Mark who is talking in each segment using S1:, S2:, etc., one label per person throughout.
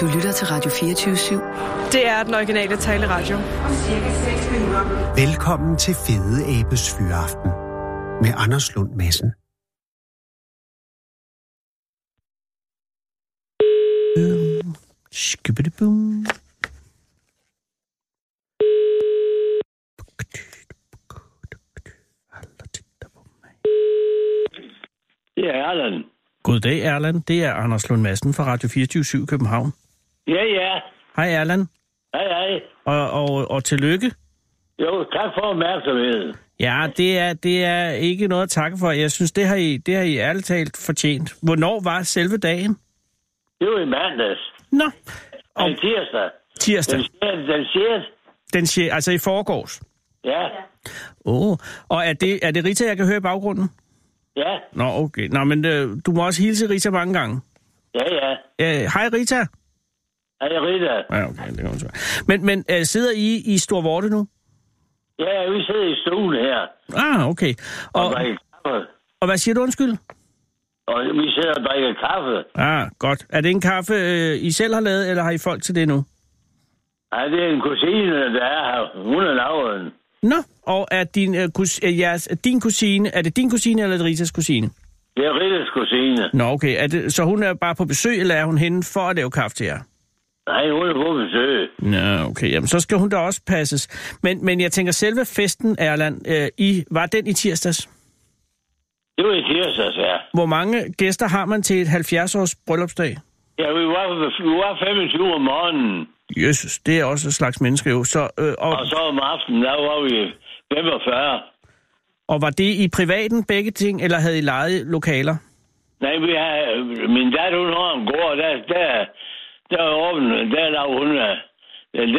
S1: Du lytter til Radio 24-7.
S2: Det er den originale taleradio. Om cirka
S3: 6 minutter. Velkommen til Fede Abes Fyraften med Anders Lund Madsen. Skubidibum.
S4: Det er Erland.
S3: Goddag, Erland. Det er Anders Lund Madsen fra Radio 24 København.
S4: Ja, ja.
S3: Hej, Erland.
S4: Hej, hej.
S3: Og, og, og tillykke.
S4: Jo, tak for opmærksomheden.
S3: Ja, det er, det er ikke noget at takke for. Jeg synes, det har, I, det har I ærligt talt fortjent. Hvornår var selve dagen?
S4: Det var i mandags.
S3: Nå.
S4: Og... Den tirsdag.
S3: Tirsdag.
S4: Den 6. Den 6.
S3: Den 6. Altså i forgårs?
S4: Ja.
S3: Åh. Oh. Og er det, er det Rita, jeg kan høre i baggrunden?
S4: Ja.
S3: Nå, okay. Nå, men øh, du må også hilse Rita mange gange.
S4: Ja, ja.
S3: Øh, hej, Rita.
S4: Hej, Rita.
S3: Ja, okay, det kan man Men, men øh, sidder I i Stor Vorte nu?
S4: Ja, vi sidder i stuen her.
S3: Ah, okay.
S4: Og, og drikker kaffe.
S3: Og hvad siger du, undskyld?
S4: Og vi sidder og drikker kaffe.
S3: Ah, godt. Er det en kaffe, øh, I selv har lavet, eller har I folk til det nu?
S4: Nej, det er en kusine, der er her. Hun er lavet
S3: Nå, og er din, øh, kus, øh, jeres, din kusine, er det din kusine eller er det Ritas kusine?
S4: Det er Ritas kusine.
S3: Nå, okay. Er det, så hun er bare på besøg, eller er hun henne for at lave kaffe til jer?
S4: Nej, hun er på besøg.
S3: Nå, okay. Jamen, så skal hun da også passes. Men, men jeg tænker, selve festen, Erland, øh, I, var den i tirsdags?
S4: Det var i tirsdags, ja.
S3: Hvor mange gæster har man til et 70-års bryllupsdag?
S4: Ja, vi var, vi var 25 om morgenen.
S3: Jesus, det er også en slags menneske jo. Så,
S4: øh, og... og så om aftenen, der var vi 45.
S3: Og var det i privaten begge ting, eller havde I lejet lokaler?
S4: Nej, vi har, min datter, hun har en gård, der, der, der var åben, der lavede hun, der,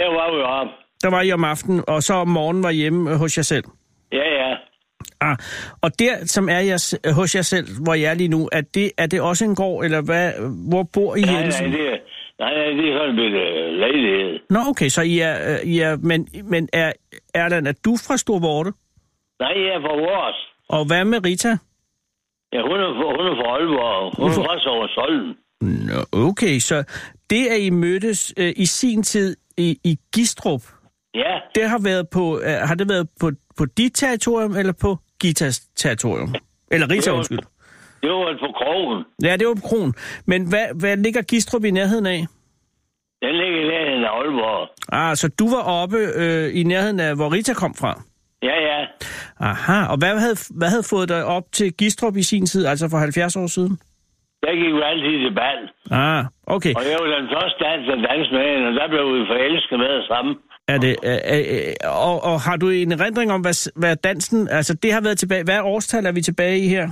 S4: der var vi op.
S3: Der var I om aftenen, og så om morgenen var hjemme øh, hos jer selv?
S4: Ja, ja.
S3: Ah, og der, som er jeres, øh, hos jer selv, hvor jeg er lige nu, er det, er det også en gård, eller hvad, hvor bor I
S4: nej,
S3: Jensen?
S4: Nej, det er, Nej, nej, det er sådan en bitte lejlighed.
S3: Nå, okay, så I er... Uh, I er men men er, Erland, er du fra Storvorte?
S4: Nej, jeg er fra Vors.
S3: Og hvad med Rita?
S4: Ja, hun er, hun er fra Aalborg. Hun, hun er fra, fra Soversholm.
S3: Nå, okay, så det, at I mødtes uh, i sin tid i, i Gistrup,
S4: ja.
S3: det har, været på, uh, har det været på, på dit territorium eller på Gitas territorium? Eller Rita,
S4: det var,
S3: undskyld.
S4: Det var på Krogen.
S3: Ja, det var på Krogen. Men hvad, hvad ligger Gistrup i nærheden af?
S4: Den ligger i nærheden af Aalborg.
S3: Ah, så du var oppe øh, i nærheden af, hvor Rita kom fra?
S4: Ja, ja.
S3: Aha, og hvad havde, hvad havde fået dig op til Gistrup i sin tid, altså for 70 år siden?
S4: Der gik jo altid til bal.
S3: Ah, okay.
S4: Og jeg var den første danser dans med hende, og der blev vi forelsket med sammen.
S3: Er det, øh, øh, og, og har du en erindring om, hvad, hvad dansen... Altså, det har været tilbage... Hvad årstal er vi tilbage i her?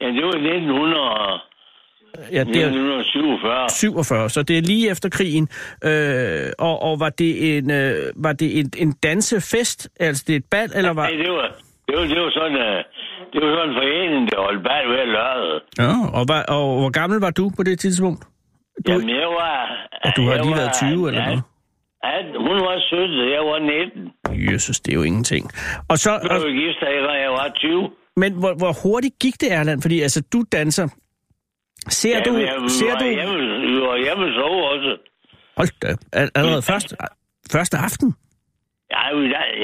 S4: Ja, det var 1900... Ja, det er 1947.
S3: 47, så det er lige efter krigen. Øh, og, og var det en øh, var det en, en dansefest, altså det er et bal eller var?
S4: Nej, det var det var, det var sådan øh, det var sådan en forening der holdt bal hver lørdag.
S3: Ja, og, var, og hvor gammel var du på det tidspunkt?
S4: Du, Jamen, jeg var
S3: og du har lige var, været 20 eller ja, noget?
S4: Ja, hun var 17, jeg var 19.
S3: Jesus, det er jo ingenting. Og så
S4: jeg blev gift, da jeg var 20.
S3: Men hvor, hvor hurtigt gik det, Erland? Fordi altså, du danser. Ser ja, du...
S4: Jeg, vi
S3: ser du...
S4: Hjemme, vi var hjemme og sove også.
S3: Hold da. Allerede første, første aften?
S4: Ja,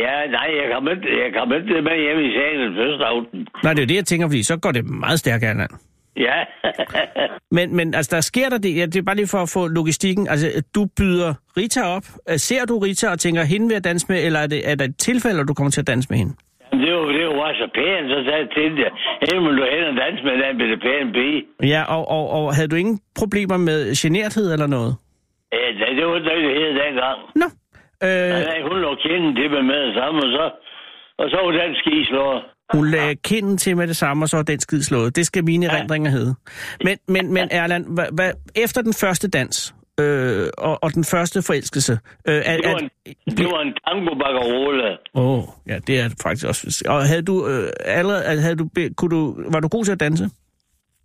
S4: ja, nej, jeg kom ikke, jeg kom ikke med hjem i salen første aften.
S3: Nej, det er det, jeg tænker, fordi så går det meget stærkt, Erland.
S4: Ja.
S3: men, men altså, der sker der det, ja, det er bare lige for at få logistikken, altså, du byder Rita op. Øh, Ser du Rita og tænker, hende vil jeg danse med, eller er det, er det et tilfælde, at du kommer til at danse med hende?
S4: det var, det var så pænt, så sagde jeg til det. Hende ville du hen og danse med den bitte pæne pige.
S3: Ja, og, og, og havde du ingen problemer med generthed eller noget?
S4: Ja, det, det var det, det hed dengang.
S3: Nå. Øh...
S4: Nej, hun lå kinden til mig med det samme, og så, og så var den ski slået.
S3: Hun lagde kinden til med det samme, og så var den skid slået. Det skal mine ja. erindringer hedde. Men, men, men Erland, hvad, hvad, efter den første dans, øh, og, og den første forelskelse. Øh,
S4: at, det, var en, at, det var en tango baccarola.
S3: Åh, oh, ja, det er det faktisk også. Og havde du øh, allerede, havde du, kunne du, var du god til at danse?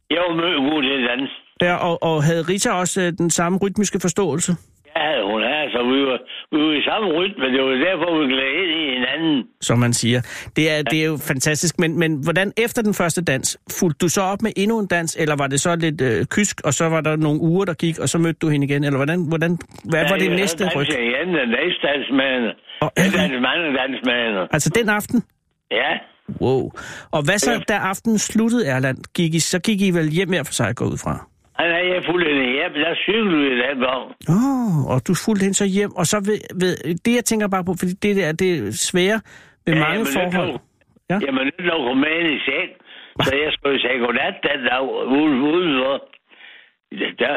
S4: Jeg var meget god til at danse.
S3: Ja, og, og havde Rita også øh, den samme rytmiske forståelse?
S4: Ja, hun er, så vi var, vi var i samme rytme, det var derfor, vi gled ind i hinanden.
S3: Som man siger. Det er, ja. det er jo fantastisk, men, men hvordan efter den første dans, fulgte du så op med endnu en dans, eller var det så lidt øh, kysk, og så var der nogle uger, der gik, og så mødte du hende igen, eller hvordan, hvordan hvad ja, var det næste ryg?
S4: Jeg igen, den næste dans med hende.
S3: Og,
S4: Jeg dansede mange dans med hende.
S3: altså den aften?
S4: Ja,
S3: Wow. Og hvad så, da aftenen sluttede, Erland? Gik I, så gik I vel hjem hver for sig, går jeg ud fra?
S4: han er jeg fuldt hende hjem, der cyklede vi den vogn.
S3: Åh, og du fulgte hende så hjem, og så ved, ved, det, jeg tænker bare på, fordi det der, det er svære ved
S4: Ja,
S3: ja, mange
S4: jamen, det
S3: forhold.
S4: blev-
S3: Ja.
S4: Jamen, nu lå hun med ind i seng, så jeg skulle sige godnat den dag ude udenfor. Der,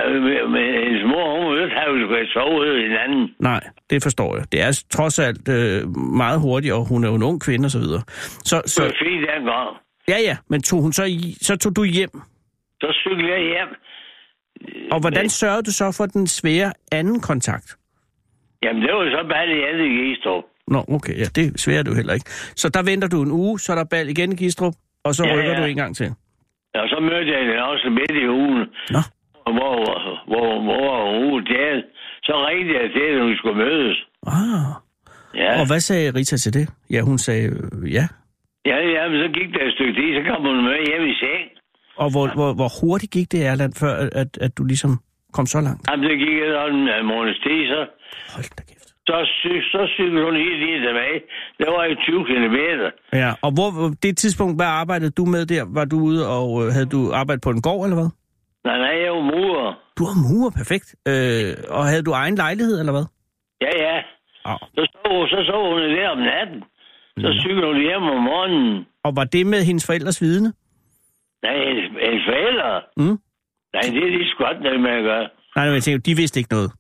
S4: men hendes mor, hun ville have, at vi skulle sove ude i hinanden.
S3: Nej, det forstår jeg. Det er trods alt øh, meget hurtigt, og hun er jo en ung kvinde og så videre. Så,
S4: Det var
S3: så
S4: fint dengang.
S3: ja, ja, men tog hun så, i, så tog du hjem.
S4: Så cyklede jeg hjem.
S3: Og hvordan sørgede du så for den svære anden kontakt?
S4: Jamen, det var så bare det andet i Gistrup.
S3: Nå, okay, ja, det sværer du heller ikke. Så der venter du en uge, så er der bal igen i Gistrup, og så
S4: Ja,
S3: rykker
S4: ja.
S3: du en gang til.
S4: Og så mødte jeg hende også midt i ugen,
S3: Nå,
S4: hvor, hvor, hvor ugen der. Så ringte jeg til, at hun skulle mødes.
S3: ah.
S4: Ja.
S3: Og hvad sagde Rita til det? Ja, hun sagde øh, ja.
S4: Ja, ja, men så gik der et stykke tid, så kom hun med hjem i seng.
S3: Og hvor, hvor, hvor hurtigt gik det, Erland, før at, at du ligesom kom så langt?
S4: Jamen, der gik jeg sådan en måneds tid, så,
S3: Hold da kæft.
S4: så, cy- så cyklede hun helt lige tilbage. Der var jo 20 km.
S3: Ja, og hvor, hvor- det tidspunkt, hvad arbejdede du med der? Var du ude og øh, havde du arbejdet på en gård, eller hvad?
S4: Nej, nej, jeg var murer.
S3: Du var murer, perfekt. Øh, og havde du egen lejlighed, eller hvad?
S4: Ja, ja.
S3: Og,
S4: Så sov, så sov hun der om natten. Så cyklede hun hjem om morgenen.
S3: og var det med hendes forældres vidne?
S4: Nej, hendes, hendes forældre.
S3: Mm.
S4: Nej, det er lige så godt, når man gør.
S3: Nej, men jeg tænker, de vidste ikke noget.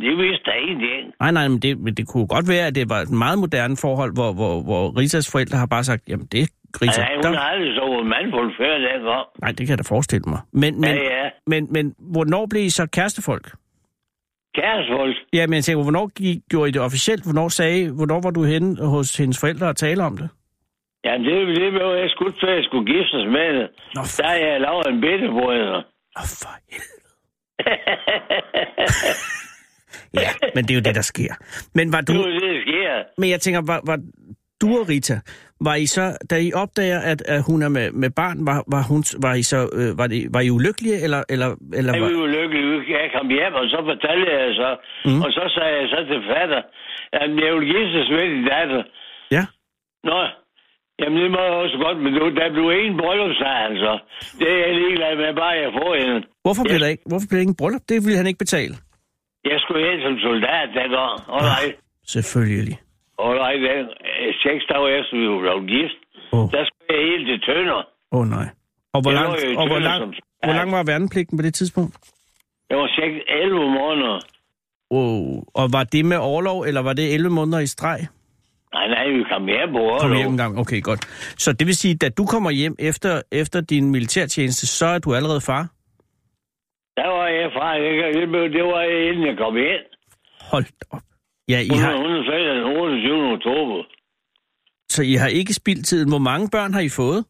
S4: De vidste da ingenting.
S3: Nej, nej, men det, men det kunne godt være, at det var et meget moderne forhold, hvor, hvor, hvor Ritas forældre har bare sagt, jamen det er Rita.
S4: Nej, hun
S3: der-
S4: har aldrig sovet mandfuld før dengang.
S3: Nej, det kan jeg da forestille mig. Men, men,
S4: Ja, ja.
S3: Men, men hvornår blev I så kærestefolk?
S4: Kæresvold.
S3: Ja, men jeg tænker, hvornår gik, gjorde I det officielt? Hvornår sagde hvornår var du henne hos hendes forældre og tale om det?
S4: Jamen, det, det blev jeg skudt, før jeg skulle giftes med det.
S3: Nå,
S4: Der har jeg lavet en bitte på hende.
S3: Nå, for helvede. ja, men det er jo det, der sker. Men var
S4: Det
S3: du,
S4: er jo det, der sker.
S3: men jeg tænker, var, var du og Rita, var I så, da I opdager, at, at hun er med, med barn, var, var, hun, var I så, øh, var, det, var I ulykkelige, eller, eller, eller
S4: Jeg var
S3: var,
S4: ulykkelig, ud. jeg kom hjem, og så fortalte jeg så. Mm. Og så sagde jeg så til fatter, at jeg vil giftes med din datter.
S3: ja?
S4: Nå, jamen det må jeg også godt, men du, der blev en bryllup, sagde han så. Det er jeg ligeglad med, bare jeg får hende.
S3: Hvorfor blev,
S4: Ja.
S3: der ikke, hvorfor blev der ikke en bryllup? Det ville han ikke betale.
S4: Jeg skulle hen som soldat dengang. Og nej,
S3: Selvfølgelig.
S4: og nej, den, øh, seks dage efter vi blev gift,
S3: Åh,
S4: der skulle jeg helt til Tønder.
S3: oh, nej. Og hvor
S4: Jeg var
S3: lang,
S4: jo i
S3: og hvor
S4: tvivl
S3: lang,
S4: som-
S3: hvor lang var værnepligten på det tidspunkt?
S4: Jeg var 6, 11 måneder.
S3: Wow. Og var det med overlov, eller var det 11 måneder i streg?
S4: Nej, nej, vi kom hjem på
S3: Kom hjem en
S4: overlov.
S3: gang. Okay, godt. Så det vil sige, da du kommer hjem efter, efter din militærtjeneste, så er du allerede far?
S4: Der var jeg fra, jeg, kan- det, blev- det var jeg, inden jeg kom ind.
S3: Hold da op. Ja, I
S4: Hun
S3: har,
S4: er fredag den 28. oktober.
S3: så I har ikke spildt tiden. Hvor mange børn har I fået?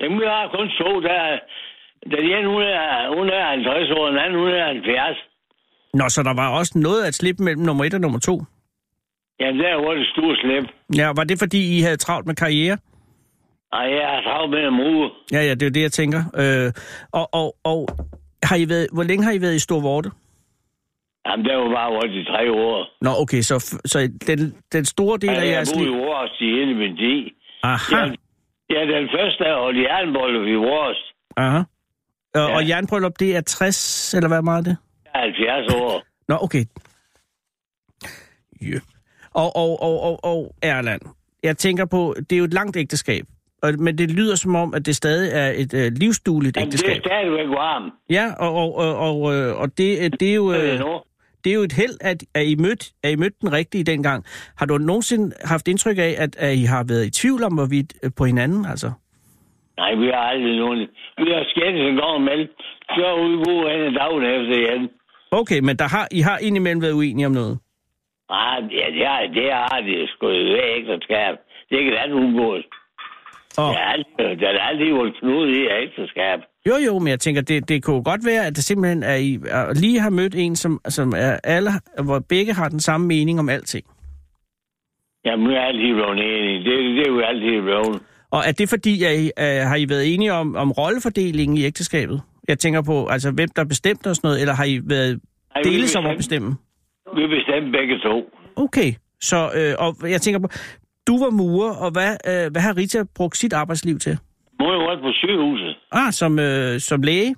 S4: Jamen, jeg har kun to, der er... Den ene, hun er, hun er 50 år, den anden, hun er 70.
S3: Nå, så der var også noget at slippe mellem nummer et og nummer to.
S4: Jamen, der var det store slip.
S3: Ja, var det fordi, I havde travlt med karriere?
S4: Og jeg har travlt med en uge.
S3: Ja, ja, det er jo det, jeg tænker. Øh, og, og, og har I været, hvor længe har I været i Storvorte?
S4: Jamen, der var bare rundt i tre år.
S3: Nå, okay, så, f- så den, den store del
S4: Og
S3: af
S4: jeg
S3: jeres
S4: har boet i
S3: liv...
S4: Vores i hele min tid.
S3: Aha,
S4: Ja, den første er holdt jernbolle i Vores.
S3: aha. Og, og
S4: Ja.
S3: jernbryllup, det er 60, eller hvad meget er det?
S4: Jeg er 70 år.
S3: Nå, okay. Yeah. Og, og, og, og, og Erland, jeg tænker på, det er jo et langt ægteskab, og, men det lyder som om, at det stadig er et øh, livsdueligt
S4: Jamen, det er
S3: ægteskab.
S4: stadigvæk varmt.
S3: Ja, og, og, og, og, øh, og det, øh, det, er jo,
S4: Øh.
S3: øh, det er jo et held, at, at, I mødte, at I mødte den rigtige dengang. Har du nogensinde haft indtryk af, at, at I har været i tvivl om, hvorvidt øh, på hinanden? Altså?
S4: Nej, vi har aldrig nogen. Vi har skændt en gang imellem. Så er vi gode hen dagen efter igen.
S3: Okay, men der har, I har indimellem været uenige om noget?
S4: Ah, ja, det har, det har de sgu i ægteskab. Det kan da undgås. Og... Ja, der er aldrig været knude i ægteskab.
S3: Jo, jo, men jeg tænker, det, det kunne godt være, at det simpelthen er, I er, lige har mødt en, som, som er alle, hvor begge har den samme mening om alting.
S4: Jamen, jeg er altid blevet enig. Det, det er jo altid blevet.
S3: Og er det fordi, at I, uh, har I været enige om, om rollefordelingen i ægteskabet? Jeg tænker på, altså hvem der bestemte og sådan noget, eller har I været Ej, deles om at bestemme?
S4: Vi bestemte begge to.
S3: Okay, så øh, og jeg tænker på, du var murer, og hvad, øh, hvad har Rita brugt sit arbejdsliv til?
S4: Mor har været på sygehuset.
S3: Ah, som, øh, som læge?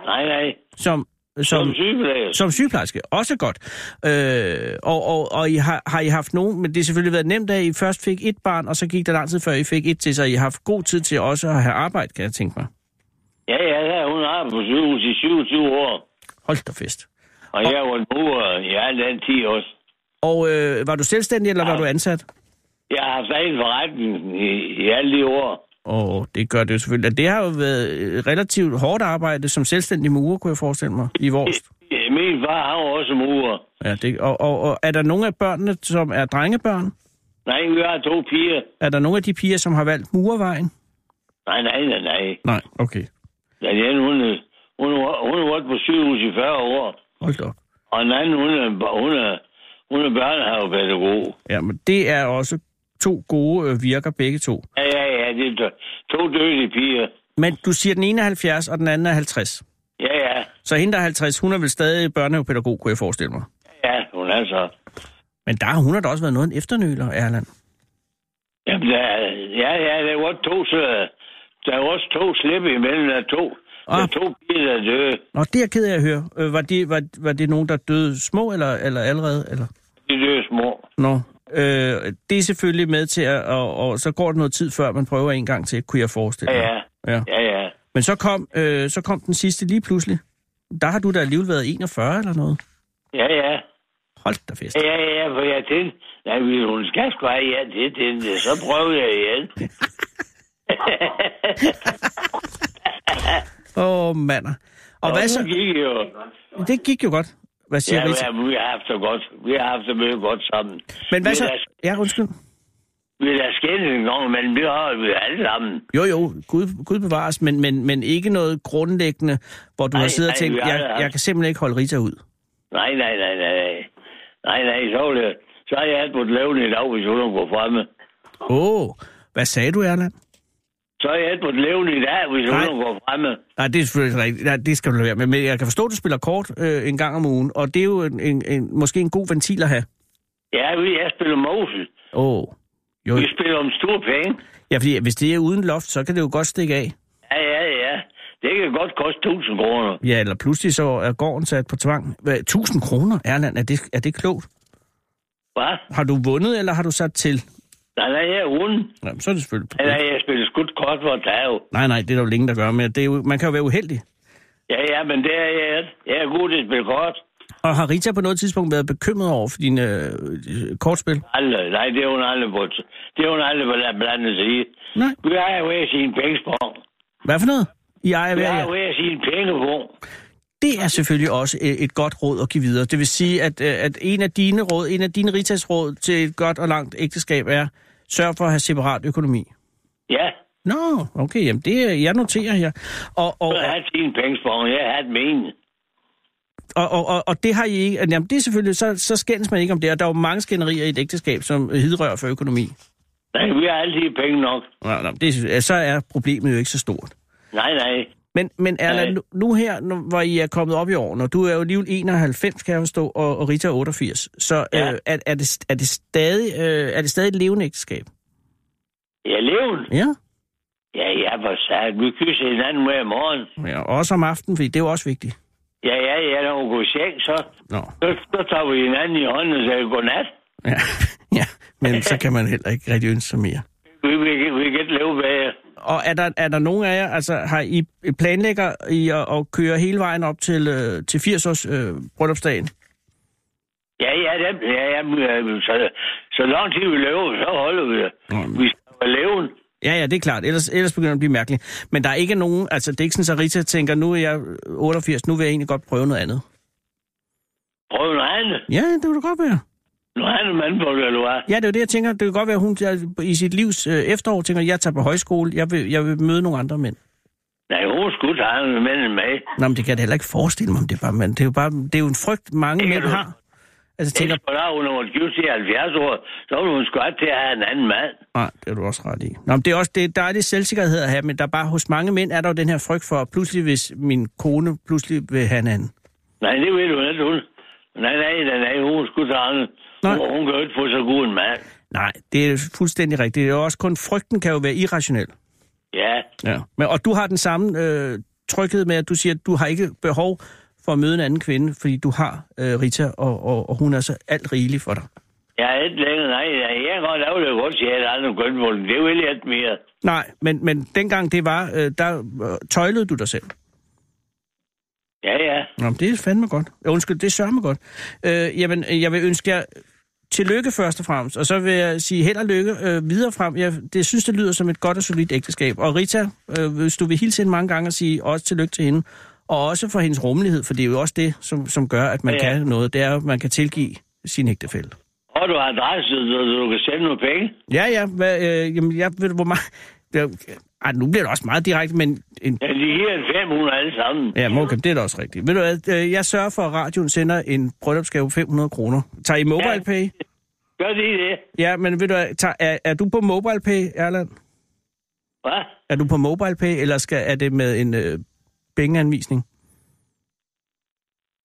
S4: Nej, nej.
S3: Som,
S4: som, som sygeplejerske.
S3: Som sygeplejerske, også godt. Øh, og og, og I har, har I haft nogen, men det har selvfølgelig været nemt, at I først fik et barn, og så gik det lang tid, før I fik et til, så I har haft god tid til også at have arbejde, kan jeg tænke mig.
S4: Ja, ja, ja hun har arbejdet på sygehuset i 27 år.
S3: Hold da fest.
S4: Og, og jeg var en bruger i alt den 10 også.
S3: Og øh, var du selvstændig, eller ja. var du ansat?
S4: Jeg har haft en forretning i, i alle de år.
S3: Og det gør det jo selvfølgelig. Og det har jo været øh, relativt hårdt arbejde som selvstændig murer, kunne jeg forestille mig, i vores.
S4: Min far har jo også murer.
S3: Ja, det, og, og, og er der nogle af børnene, som er drengebørn?
S4: Nej, vi har to piger.
S3: Er der nogle af de piger, som har valgt murervejen?
S4: Nej, nej, nej, nej.
S3: Nej, okay.
S4: Den ene, hun, hun, hun har været på sygehus i 40 år.
S3: Hold op.
S4: Og den anden, hun er, hun er, hun er børnehavepædagog.
S3: Ja, men det er også to gode øh, virker, begge to.
S4: Ja, ja, ja, det er to døde piger.
S3: Men du siger, den ene er 70, og den anden er 50.
S4: Ja, ja.
S3: Så hende, der er 50, hun er vel stadig børnehavepædagog, kunne jeg forestille mig.
S4: Ja, hun er så.
S3: Men der, hun har da også været noget en efternøler, Erland.
S4: Jamen, der, ja, ja, der var to, så, der var også to slip imellem, der to, Ah. Der to piger, der døde.
S3: Nå, det er jeg ked af at høre. Øh, var, det, var, var det nogen, der døde små, eller, eller allerede? Eller?
S4: De døde små.
S3: Nå. Øh, det er selvfølgelig med til, at, og, og så går det noget tid, før man prøver en gang til, kunne jeg forestille
S4: mig. Ja, ja. ja. ja, ja.
S3: Men så kom, øh, så kom den sidste lige pludselig. Der har du da alligevel været 41 eller noget?
S4: Ja, ja.
S3: Hold da fest.
S4: Ja, ja, ja, for jeg tænkte, nej, hun skal sgu have ja til det, det, så prøvede jeg igen.
S3: Åh, oh, mander. Og, og hvad så?
S4: Det gik jo.
S3: Det gik jo godt. Hvad siger
S4: ja, Rita? Ja, vi har haft det godt. Vi har haft det meget godt sammen.
S3: Men altså- hvad
S4: vi
S3: så? Der... Ja, undskyld.
S4: Vi er da skændt en gang, men vi har vi alle sammen.
S3: Jo, jo, Gud, Gud bevares, men, men, men ikke noget grundlæggende, hvor du nej, har siddet nej, og tænkt, jeg, haft... jeg kan simpelthen ikke holde Rita ud.
S4: Nej, nej, nej, nej. Nej, nej, så, det. så har jeg alt på levende i dag, hvis hun går fremme.
S3: Åh, oh, hvad sagde du, Erland?
S4: så er jeg alt på et levende i dag, hvis Nej. hun går fremme.
S3: Nej, det er selvfølgelig rigtigt. Nej, det skal du lade være med. Men jeg kan forstå, at du spiller kort øh, en gang om ugen, og det er jo en, en, en, måske en god ventil at have.
S4: Ja, jeg spiller Moses.
S3: Åh. Oh.
S4: Jo. Vi spiller om store penge.
S3: Ja, fordi hvis det er uden loft, så kan det jo godt stikke af.
S4: Ja, ja, ja. Det kan godt koste 1000 kroner.
S3: Ja, eller pludselig så er gården sat på tvang. Hvad, 1000 kroner, Erland, er det, er det klogt?
S4: Hvad?
S3: Har du vundet, eller har du sat til?
S4: Nej, nej, jeg er uden.
S3: Jamen, så er det selvfølgelig...
S4: Nej, nej, jeg spiller skudt kort for at
S3: Nej, nej, det er der jo ingen, der gør, men det er jo, man kan jo være uheldig.
S4: Ja, ja, men det er jeg. Jeg er god til at spille kort.
S3: Og har Rita på noget tidspunkt været bekymret over for dine øh, kortspil?
S4: Aldrig. Nej, det er hun aldrig brugt. Det er hun aldrig været blandet sig i.
S3: Nej.
S4: Vi ejer hver sin pengespunkt.
S3: Hvad for noget?
S4: I ejer hver... Vi ejer hver sin pengepunkt.
S3: Det er selvfølgelig også øh, et godt råd at give videre. Det vil sige, at, øh, at en af dine råd, en af dine Ritas råd til et godt og langt ægteskab er, sørg for at have separat økonomi.
S4: Ja.
S3: Nå, okay, jamen det øh, jeg noterer her. Og, og,
S4: jeg har din pengespunkt, jeg har min.
S3: Og, og, og, og det har I ikke, jamen det er selvfølgelig, så, så skændes man ikke om det, og der er jo mange skænderier i et ægteskab, som øh, hidrører for økonomi.
S4: Nej, vi har altid penge nok.
S3: Nå, nå, det, så er problemet jo ikke så stort.
S4: Nej, nej.
S3: Men, men Erland, nu, nu her, nu, hvor I er kommet op i årene, og du er jo alligevel 91, kan jeg forstå, og, og Rita er 88, så ja. øh, er, er, det, er, det stadig, øh, er det stadig et levende ægteskab?
S4: Ja, levende?
S3: Ja.
S4: Ja, ja, hvor sagt. Vi kysser hinanden hver morgen.
S3: Ja, også om aftenen, fordi det er jo også vigtigt.
S4: Ja, ja, ja, når hun går i seng, så,
S3: Nå.
S4: så, så tager vi hinanden i hånden og siger godnat.
S3: Ja, ja, men så kan man heller ikke rigtig ønske sig mere.
S4: Vi, vi, vi kan ikke leve bag
S3: og er der, er der nogen af jer, altså har I planlægger I at, at køre hele vejen op til, øh, til 80-års øh, bryllupsdagen?
S4: Ja, ja, dem, ja, ja øh, så, så lang tid vi lever, så holder vi det. Mm. Vi skal leve.
S3: Ja, ja, det er klart. Ellers, ellers begynder det at blive mærkeligt. Men der er ikke nogen, altså det er ikke sådan, at Rita tænker, nu er jeg 88, nu vil jeg egentlig godt prøve noget andet.
S4: Prøve noget andet?
S3: Ja, det vil du godt være.
S4: Nu har han en mand på det, eller hvad?
S3: Ja, det er jo det, jeg tænker. Det kan godt være, at hun i sit livs øh, efterår tænker, jeg tager på højskole, jeg vil, jeg vil møde nogle andre mænd.
S4: Nej, hun skulle tage en mænd med.
S3: Nå, men det kan jeg da heller ikke forestille mig, om det er bare mænd. Det er jo, bare, det er jo en frygt, mange
S4: Ikke
S3: mænd
S4: du?
S3: har. Altså,
S4: Tænker...
S3: tænker,
S4: Ikke på hun var gift til 70 år, så ville hun sgu godt til at have en anden mand.
S3: nej, det er du også ret i. Nå, men det er også, det, der er det selvsikkerhed at have, men der er bare, hos mange mænd er der jo den her frygt for, at pludselig hvis min kone pludselig vil have en anden.
S4: Nej, det ved hun ikke, hun. Nej, nej, nej, nej, hun skulle tage en.
S3: Nej.
S4: Hun, hun kan jo ikke få så god en mand.
S3: Nej, det er fuldstændig rigtigt. Det er jo også kun, frygten kan jo være irrationel.
S4: Ja,
S3: Ja. Men, og du har den samme øh, tryghed med, at du siger, at du har ikke behov for at møde en anden kvinde, fordi du har øh, Rita, og, og, og hun er så alt rigelig for dig.
S4: jeg er ikke længere, nej, nej, jeg kan godt lave det godt, siger jeg, at andre køn på den. Det vil jeg ikke mere.
S3: Nej, men, men dengang det var, øh, der øh, tøjlede du dig selv.
S4: Ja, ja.
S3: Nå, men det er fandme godt. Ja, Undskyld, det sørger mig godt. Øh, jamen, øh, jeg vil ønske jer tillykke først og fremmest, og så vil jeg sige held og lykke øh, videre frem. Jeg, det synes, det lyder som et godt og solidt ægteskab. Og Rita, øh, hvis du vil hilse hende mange gange og sige også tillykke til hende, og også for hendes rummelighed, for det er jo også det, som, som gør, at man ja.
S4: Ja.
S3: kan noget. Det er, at man kan tilgive sin ægtefælle.
S4: Og du har adresse, så du kan sende nogle penge.
S3: Ja, ja. Hvad, øh, jamen, jeg ved, du, hvor meget... Ja, Ej, nu bliver det også meget direkte, men en
S4: Ja, de giver en 500 alle sammen.
S3: Ja, Mokab, det er da også rigtigt. Ved du hvad, øh, jeg sørger for, at radioen sender en bryllupsgave på 500 kroner. Tager I mobile
S4: Ja.
S3: pay?
S4: Gør de det?
S3: Ja, men ved du hvad, tager, er, er du på mobile pay, Erland?
S4: Hvad?
S3: Er du på mobile pay, eller skal, er det med en øh, pengeanvisning?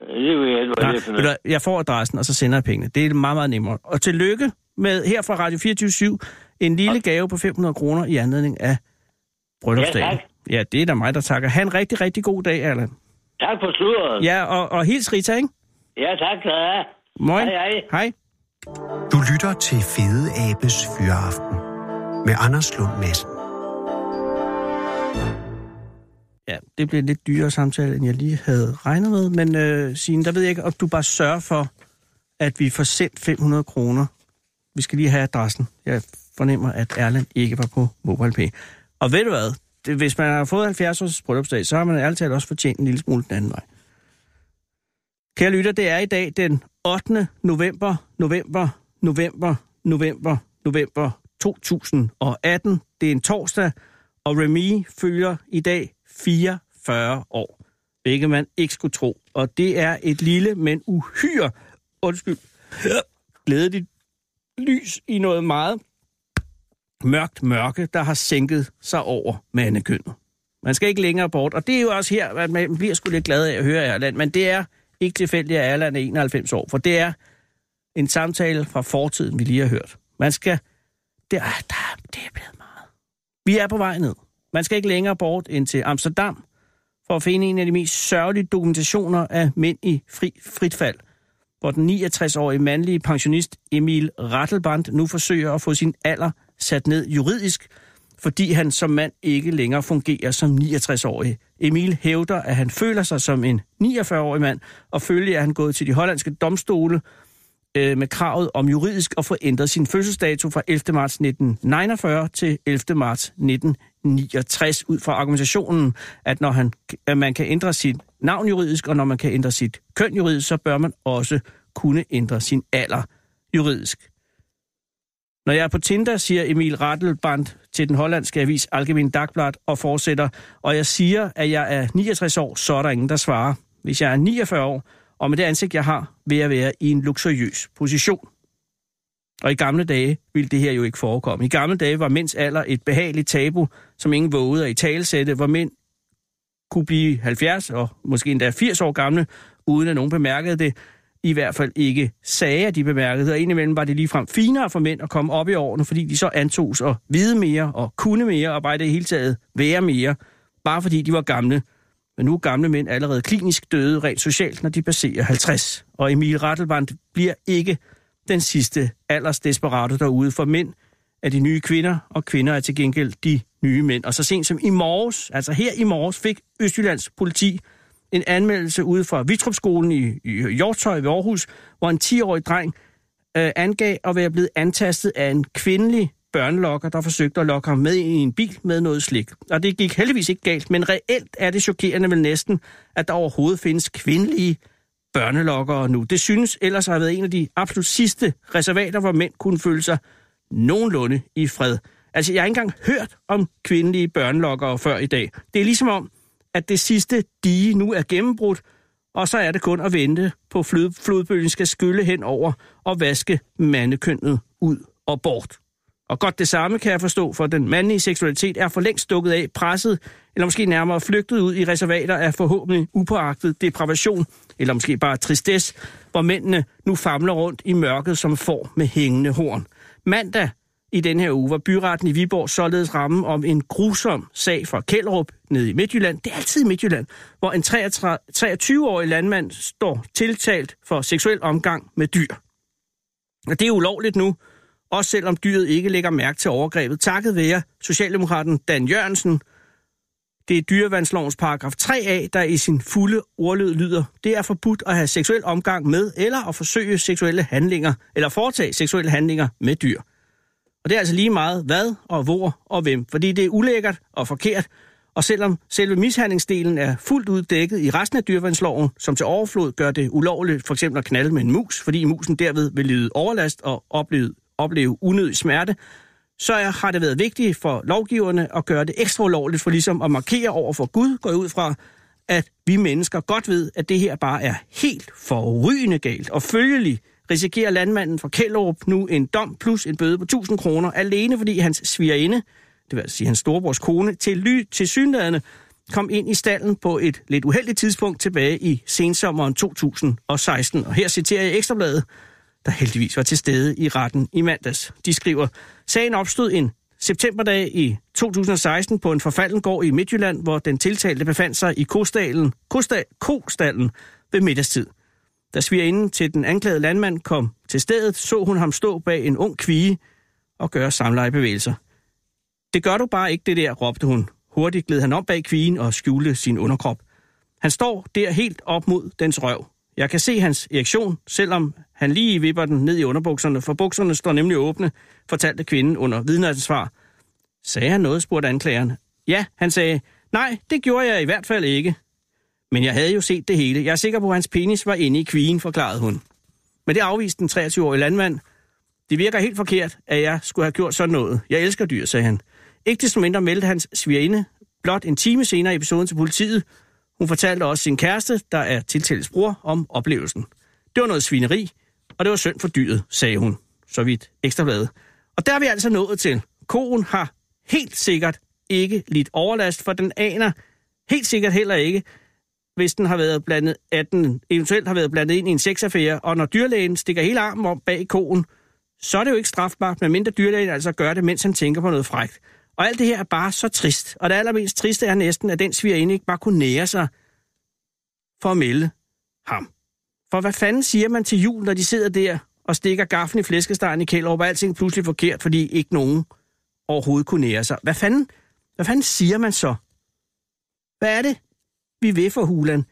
S4: Det ved jeg ikke, hvad
S3: Nej,
S4: det er for
S3: ved du
S4: noget.
S3: hvad, jeg får adressen, og så sender jeg pengene. Det er meget, meget nemmere. Og tillykke med her fra Radio 24 en lille gave på 500 kroner i anledning af bryllupsdagen.
S4: Ja,
S3: Ja, ja, det er da mig, der takker. Ha' en rigtig, rigtig god dag, Erland.
S4: Tak for slutteren.
S3: Ja, og, og hils Rita, ikke?
S4: ja tak, der er.
S3: Moin.
S4: Hej, hej.
S3: Hej.
S5: Du lytter til Fede Abes Fyraften med Anders Lund Madsen.
S3: Ja, det blev en lidt dyrere samtale, end jeg lige havde regnet med. Men øh, Signe, der ved jeg ikke, om du bare sørger for, at vi får sendt 500 kroner. Vi skal lige have adressen. Jeg fornemmer, at Erland ikke var på MobilePay. Og ved du hvad? Det, hvis man har fået 70 års bryllupsdag, så har man ærligt talt også fortjent en lille smule den anden vej. Kære lytter, det er i dag den 8. november, november, november, november, november 2018. Det er en torsdag, og Remy følger i dag 44 år, hvilket man ikke skulle tro. Og det er et lille, men uhyre, undskyld, glædeligt lys i noget meget mørkt mørke, der har sænket sig over mandekønnet. Man skal ikke længere bort, og det er jo også her, at man bliver sgu lidt glad af at høre Erland, men det er ikke tilfældigt, at Erland er 91 år, for det er en samtale fra fortiden, vi lige har hørt. Man skal... Det, ah, der, det er blevet meget. Vi er på vej ned. Man skal ikke længere bort end til Amsterdam for at finde en af de mest sørgelige dokumentationer af mænd i fri, frit fald, hvor den 69-årige mandlige pensionist Emil Rattelband nu forsøger at få sin alder sat ned juridisk, fordi han som mand ikke længere fungerer som 69-årig. Emil hævder, at han føler sig som en 49-årig mand, og følger er han gået til de hollandske domstole øh, med kravet om juridisk at få ændret sin fødselsdato fra 11. marts 1949 til 11. marts 1969, ud fra argumentationen, at når han, at man kan ændre sit navn juridisk, og når man kan ændre sit køn juridisk, så bør man også kunne ændre sin alder juridisk. Når jeg er på Tinder, siger Emil Rattelband til den hollandske avis Algemeen Dagblad og fortsætter, og jeg siger, at jeg er 69 år, så er der ingen, der svarer. Hvis jeg er 49 år, og med det ansigt, jeg har, vil jeg være i en luksuriøs position. Og i gamle dage ville det her jo ikke forekomme. I gamle dage var mænds alder et behageligt tabu, som ingen vågede at i talsætte, hvor mænd kunne blive 70 og måske endda 80 år gamle, uden at nogen bemærkede det. I hvert fald ikke sagde, at de bemærkede det. Og indimellem var det ligefrem finere for mænd at komme op i årene, fordi de så antogs at vide mere og kunne mere, og bare i det hele taget være mere, bare fordi de var gamle. Men nu er gamle mænd allerede klinisk døde rent socialt, når de passerer 50. Og Emil Rattelband bliver ikke den sidste aldersdesperate derude, for mænd er de nye kvinder, og kvinder er til gengæld de nye mænd. Og så sent som i morges, altså her i morges, fik Østjyllands politi en anmeldelse ude fra Vitrupskolen i, i Hjortøj ved Aarhus, hvor en 10-årig dreng øh, angav at være blevet antastet af en kvindelig børnelokker, der forsøgte at lokke ham med ind i en bil med noget slik. Og det gik heldigvis ikke galt, men reelt er det chokerende vel næsten, at der overhovedet findes kvindelige børnelokkere nu. Det synes ellers har været en af de absolut sidste reservater, hvor mænd kunne føle sig nogenlunde i fred. Altså, jeg har ikke engang hørt om kvindelige børnelokkere før i dag. Det er ligesom om, at det sidste dige nu er gennembrudt, og så er det kun at vente på, flod, flodbølgen skal skylle hen over og vaske mandekønnet ud og bort. Og godt det samme kan jeg forstå, for den mandlige seksualitet er for længst stukket af, presset, eller måske nærmere flygtet ud i reservater af forhåbentlig upåagtet depravation, eller måske bare tristesse, hvor mændene nu famler rundt i mørket som får med hængende horn. Mandag i den her uge var byretten i Viborg således rammen om en grusom sag fra Kælderup nede i Midtjylland. Det er altid Midtjylland, hvor en 23-årig landmand står tiltalt for seksuel omgang med dyr. Og det er ulovligt nu, også selvom dyret ikke lægger mærke til overgrebet. Takket være Socialdemokraten Dan Jørgensen. Det er dyrevandslovens paragraf 3a, der i sin fulde ordlyd lyder, det er forbudt at have seksuel omgang med eller at forsøge seksuelle handlinger, eller foretage seksuelle handlinger med dyr. Og det er altså lige meget hvad og hvor og hvem, fordi det er ulækkert og forkert, og selvom selve mishandlingsdelen er fuldt ud dækket i resten af dyrvandsloven, som til overflod gør det ulovligt for eksempel at knalde med en mus, fordi musen derved vil lide overlast og opleve opleve unødig smerte, så har det været vigtigt for lovgiverne at gøre det ekstra ulovligt for ligesom at markere over for Gud, går ud fra, at vi mennesker godt ved, at det her bare er helt forrygende galt. Og følgelig risikerer landmanden fra Kælderup nu en dom plus en bøde på 1000 kroner, alene fordi hans svigerinde, det vil altså sige hans storebrors kone, til, ly, til synlædende kom ind i stallen på et lidt uheldigt tidspunkt tilbage i sensommeren 2016. Og her citerer jeg Ekstrabladet, der heldigvis var til stede i retten i mandags. De skriver, sagen opstod en septemberdag i 2016 på en forfalden gård i Midtjylland, hvor den tiltalte befandt sig i kostallen, kostal, kostallen ved middagstid. Da svigerinden til den anklagede landmand kom til stedet, så hun ham stå bag en ung kvige og gøre samlejebevægelser. Det gør du bare ikke det der, råbte hun. Hurtigt gled han om bag kvigen og skjulte sin underkrop. Han står der helt op mod dens røv. Jeg kan se hans erektion, selvom han lige vipper den ned i underbukserne, for bukserne står nemlig åbne, fortalte kvinden under vidneansvar. Sagde han noget, spurgte anklageren. Ja, han sagde, nej, det gjorde jeg i hvert fald ikke. Men jeg havde jo set det hele. Jeg er sikker på, at hans penis var inde i kvigen, forklarede hun. Men det afviste den 23-årige landmand. Det virker helt forkert, at jeg skulle have gjort sådan noget. Jeg elsker dyr, sagde han. Ikke desto mindre meldte hans svigerinde blot en time senere i episoden til politiet. Hun fortalte også sin kæreste, der er tiltælles bror, om oplevelsen. Det var noget svineri, og det var synd for dyret, sagde hun, så vidt ekstrabladet. Og der er vi altså nået til. Koen har helt sikkert ikke lidt overlast, for den aner helt sikkert heller ikke, hvis den har været blandet, at den eventuelt har været blandet ind i en sexaffære, og når dyrlægen stikker hele armen om bag koen, så er det jo ikke strafbart, medmindre dyrlægen altså gør det, mens han tænker på noget frægt. Og alt det her er bare så trist. Og det allermest triste er næsten, at den svigerinde ikke bare kunne nære sig for at melde ham. For hvad fanden siger man til jul, når de sidder der og stikker gaffen i flæskestegen i Kælderup, og alting er pludselig forkert, fordi ikke nogen overhovedet kunne nære sig? Hvad fanden, hvad fanden siger man så? Hvad er det, vi vil for hulan?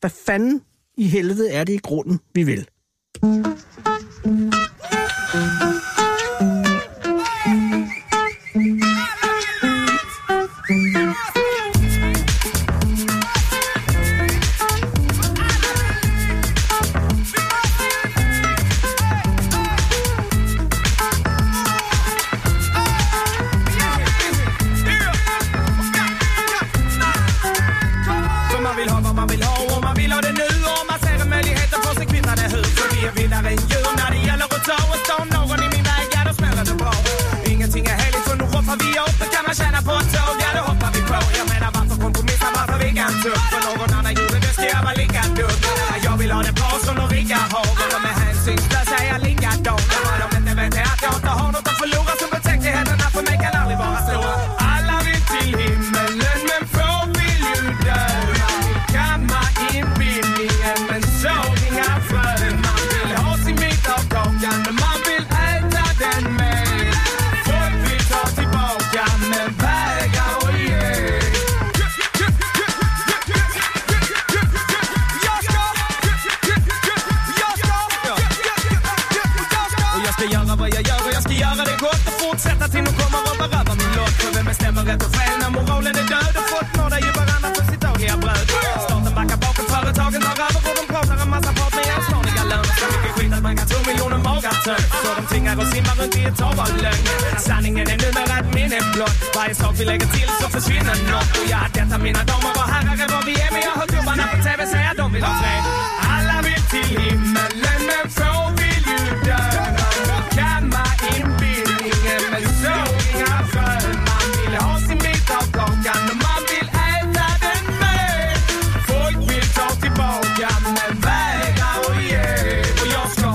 S3: Hvad fanden i helvede er det i grunden, vi vil?
S6: Staten backar bakom, företagen har över och de pratar en massa narren, det er tov og løgn Sanningen er nød med ret minde blot Bare så vi lægger til, så forsvinder nok Du, jeg har datter, minder dommer, hvor harrere, hvor vi er med Og hold dupperne på tabet, så jeg dum vil opdræt Alla vil til himmelen, men få vil jo døren Og kan mig indbildningen, men så ingen før Man vil ha sin bit av kakan, og man vil äta den med Folk vill ta tillbaka men vägrar att ge Och jag ska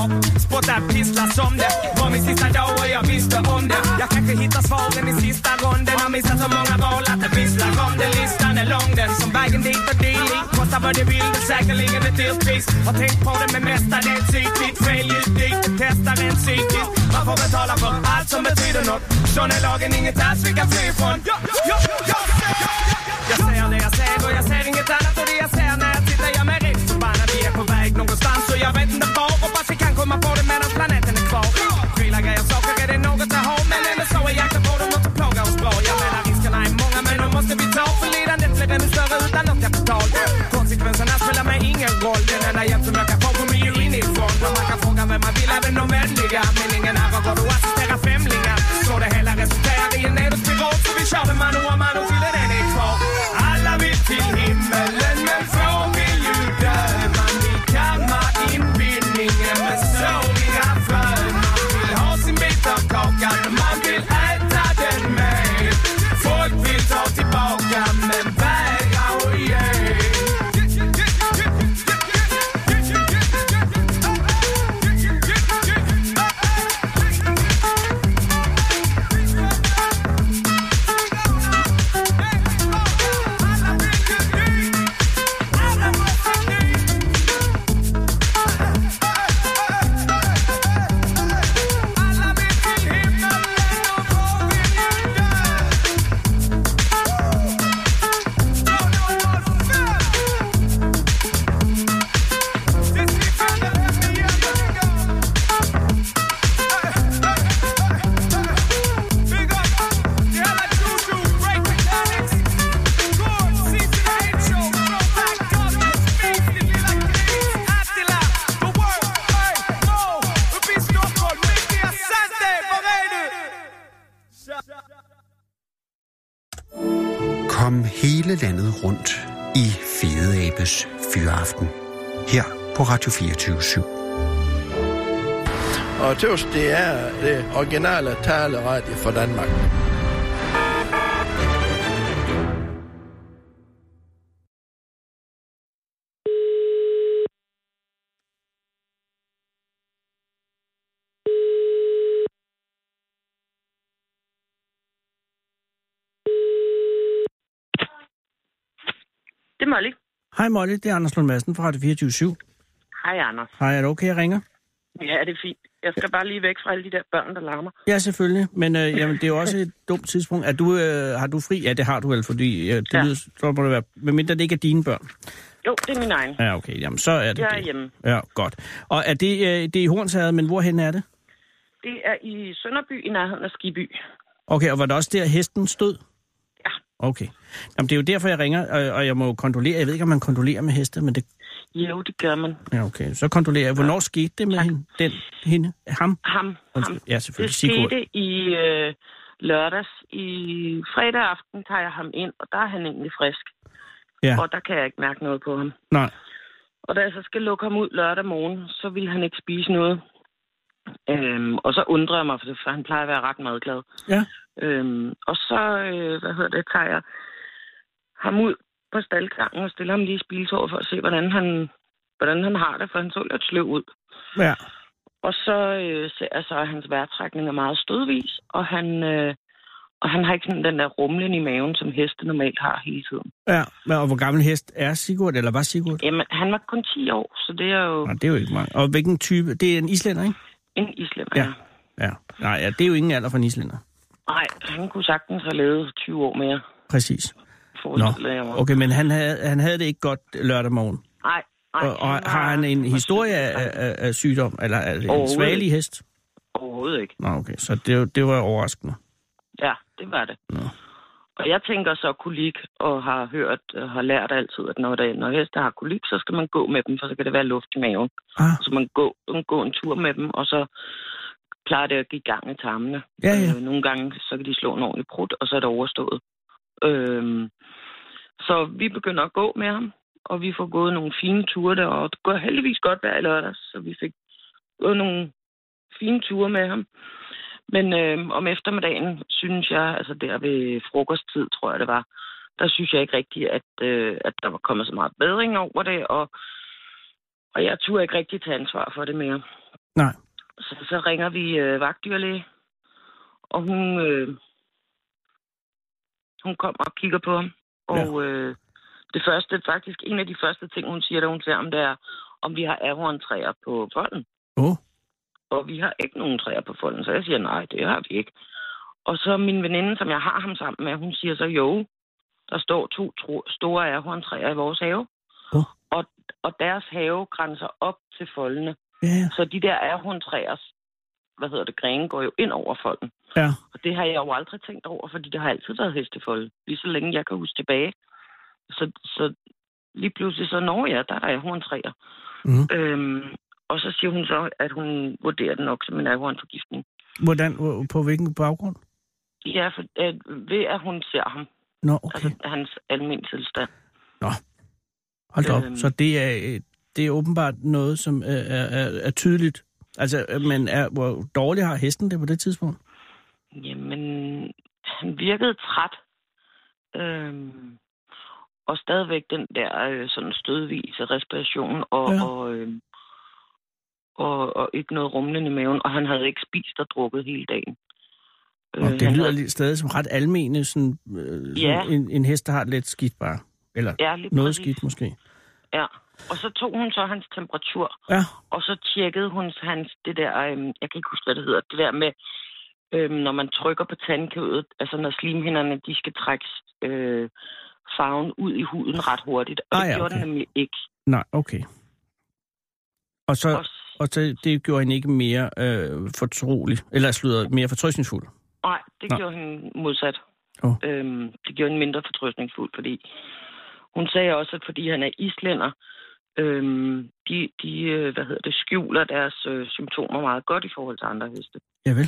S6: spotta pissla som det Var min sista dag och jag visste om det Jag kanske hittar svaren i sista ronden Har missat så många val att det visslar om det Listan är lång den som vägen dit och dylikt Kostar vad det vill, men säkerligen ett dyrt pris Har tänkt på det men mestadels ytligt Fel utdykt, det testar en psykiskt Man får betala för allt som betyder något Sån är lagen, inget alls vi kan fly ifrån Ja, ja, ja, ja, ja, ja, ja. Jag ser det jag ser och jag ser inget annat och det jag ser när jag tittar jag mig rätt förbannad. Vi är på väg någonstans och jag vet inte var. Hoppas vi kan komma på det medan planeten är kvar. Prylar, grejer, saker är det något jag har. Men även så är jakten på dem något som plågar oss bra. Jag menar riskerna är många men de måste vi ta. För lidandet blir ännu större utan något kapital. Konsekvenserna spelar mig ingen roll. Den enda hjälp som jag kan få kommer ju inifrån. Och man kan fråga vem man vill, även de vänliga. Men ingen här går att assistera främlingar. Så det hela resulterar i en nedåtspiral. Så vi kör det mano a mano till en är kvar. Alla vill till himmelen men få vill ju dö. Man vill kamma inbildningen men så inga frön. Man vill ha sin bit av kakan och man vill äta den med. Folk vill ta tillbaka men vägrar att ge.
S5: Kom hele landet rundt i Fede Abes Fyraften. Her på Radio 24 /7.
S7: Og tøs, det er det originale taleradio for Danmark.
S8: Det er Molly.
S3: Hej Molly, det er Anders Lund Madsen fra Radio 24
S8: Hej, Anders.
S3: Hej, er det okay, jeg ringer?
S8: Ja, det er fint. Jeg skal bare lige væk fra alle de der børn, der larmer.
S3: Ja, selvfølgelig, men øh, jamen, det er jo også et dumt tidspunkt. Er du, øh, har du fri? Ja, det har du vel, fordi øh, det
S8: Ja.
S3: ja. lyder, så må det være, medmindre det ikke er dine børn.
S8: Jo, det er min egen.
S3: Ja, okay, jamen så er det
S8: Jeg er
S3: det.
S8: hjemme.
S3: Ja, godt. Og er det, øh, det er i Hornshavet, men hvorhen er det?
S8: Det er i Sønderby i nærheden af Skiby.
S3: Okay, og var det også der, hesten stod?
S8: Ja.
S3: Okay. Jamen, det er jo derfor, jeg ringer, og, og jeg må jo kondolere. Jeg ved ikke, om man kondolerer med heste, men det...
S8: Jo, det gør man.
S3: Ja, okay. Så kondolerer jeg. Hvornår skete det med hende? Den, hende? Ham?
S8: Ham.
S3: Undskyld.
S8: ham.
S3: Ja,
S8: Det
S3: selvfølgelig. Sigurd.
S8: skete i øh, lørdags. I fredag aften tager jeg ham ind, og der er han egentlig frisk.
S3: Ja.
S8: Og der kan jeg ikke mærke noget på ham.
S3: Nej.
S8: Og da jeg så skal lukke ham ud lørdag morgen, så ville han ikke spise noget. Øhm, og så undrer jeg mig, for det- for han plejer at være ret madglad.
S3: Ja.
S8: Øhm, og så, øh, hvad hedder det, tager jeg ham ud på staldgangen og stiller ham lige i spiltåret for at se, hvordan han, hvordan han har det, for han så lidt sløv ud.
S3: Ja.
S8: Og så øh, ser jeg så, at hans vejrtrækning er meget stødvis, og han, øh, og han har ikke sådan den der rumlen i maven, som heste normalt har hele tiden.
S3: Ja, men, og hvor gammel hest er Sigurd, eller var Sigurd?
S8: Jamen, han var kun 10 år, så det er jo
S3: Nej, det er jo ikke mange. Og hvilken type? Det er en islænder, ikke?
S8: en islænder.
S3: Ja. Ja. Nej, ja, det er jo ingen alder for en islænder.
S8: Nej, han kunne sagtens have levet 20 år mere,
S3: Præcis.
S8: forestiller jeg mig.
S3: Okay, men han havde, han havde det ikke godt lørdag morgen.
S8: Nej, nej.
S3: Og, og
S8: han
S3: har
S8: var-
S3: han en historie af, af, af sygdom, eller er det en
S8: Overhovedet
S3: svagelig
S8: ikke.
S3: hest?
S8: Overhovedet ikke.
S3: Nå, okay, så det, er jo- det var overraskende.
S8: Ja, det var det.
S3: Nå.
S8: Og jeg tænker så kolik, og har hørt og har lært altid, at når, der, når heste har kolik, så skal man gå med dem, for så kan det være luft i maven.
S3: Ah,
S8: Så man går, man går en tur med dem, og så plejer det at give gang i tarmene.
S3: Ja, ja.
S8: Øh, nogle gange, så kan de slå en ordentlig prut, og så er det overstået. Øh, så vi begynder at gå med ham, og vi får gået nogle fine ture der, og det går heldigvis godt hver lørdag, så vi fik gået nogle fine ture med ham. Men øh, om eftermiddagen, synes jeg, altså der ved frokosttid, tror jeg det var, der synes jeg ikke rigtigt, at, øh, at der var kommet så meget bedring over det, og, og jeg turde ikke rigtig tage ansvar for det mere.
S3: Nej.
S8: Så, så ringer vi øh, vagtdyrlæge, og hun, øh, hun kommer og kigger på ham. Og ja. øh, det første, faktisk en af de første ting, hun siger, da hun ser ham, det er, om vi har ahorntræer på folden.
S3: Oh.
S8: Og vi har ikke nogen træer på folden, så jeg siger, nej, det har vi ikke. Og så min veninde, som jeg har ham sammen med, hun siger så, jo, der står to tro- store ahorntræer i vores have.
S3: Oh.
S8: Og, og deres have grænser op til foldene.
S3: Yeah.
S8: Så de der ahorntræers, hvad hedder det, grene går jo ind over folden.
S3: Ja.
S8: Og det har jeg jo aldrig tænkt over, fordi der har altid været hestefolde, lige så længe jeg kan huske tilbage. Så, så lige pludselig så, når ja, der er der ahorntræer.
S3: Mm.
S8: Øhm, og så siger hun så, at hun vurderer den nok som en ahornforgiftning.
S3: Hvordan, hvor- på hvilken baggrund?
S8: Ja, for, øh, ved at hun ser ham.
S3: Nå,
S8: Altså
S3: okay.
S8: hans almindelige tilstand.
S3: Hold da op.
S8: øhm.
S3: Så det er, øh, det er åbenbart noget, som øh, er, er, er tydeligt. Altså, øh, men er, hvor dårlig har hesten det på det tidspunkt?
S8: Jamen, han virkede træt. Øhm, og stadigvæk den der øh, sådan stødvise respiration og,
S3: Ja.
S8: ja. og, øhm, og, og ikke noget rumlen i maven. Og han havde ikke spist og drukket hele dagen. Øh,
S3: Og det
S8: han
S3: lyder
S8: havde-
S3: lige stadig som ret almene, sådan, øh,
S8: Ja.
S3: sådan en, en hest, der har det lidt skidt bare. Eller
S8: Ja, lige
S3: noget
S8: præcis.
S3: skidt måske.
S8: Ja. Og så tog hun så hans temperatur,
S3: Ja,
S8: og så tjekkede hun hans, det der, øhm, jeg kan ikke huske, hvad det hedder, det der med, øhm, når man trykker på tandkødet, altså når slimhinderne, de skal trække øh, farven ud i huden ret hurtigt. Og
S3: Ah,
S8: det
S3: ja,
S8: gjorde
S3: okay.
S8: den nemlig ikke.
S3: nej, okay. Og så,
S8: Og,
S3: og så det gjorde hende ikke mere øh, fortrolig, eller slutter mere fortrøstningsfuld.
S8: nej, det
S3: Nå.
S8: Nå. gjorde hende modsat.
S3: Åh.
S8: Øhm, det gjorde hende mindre fortrøstningsfuld, fordi hun sagde også, at fordi han er islænder, øhm, de, de øh, hvad hedder det, skjuler deres øh, symptomer meget godt i forhold til andre heste.
S3: Ja vel.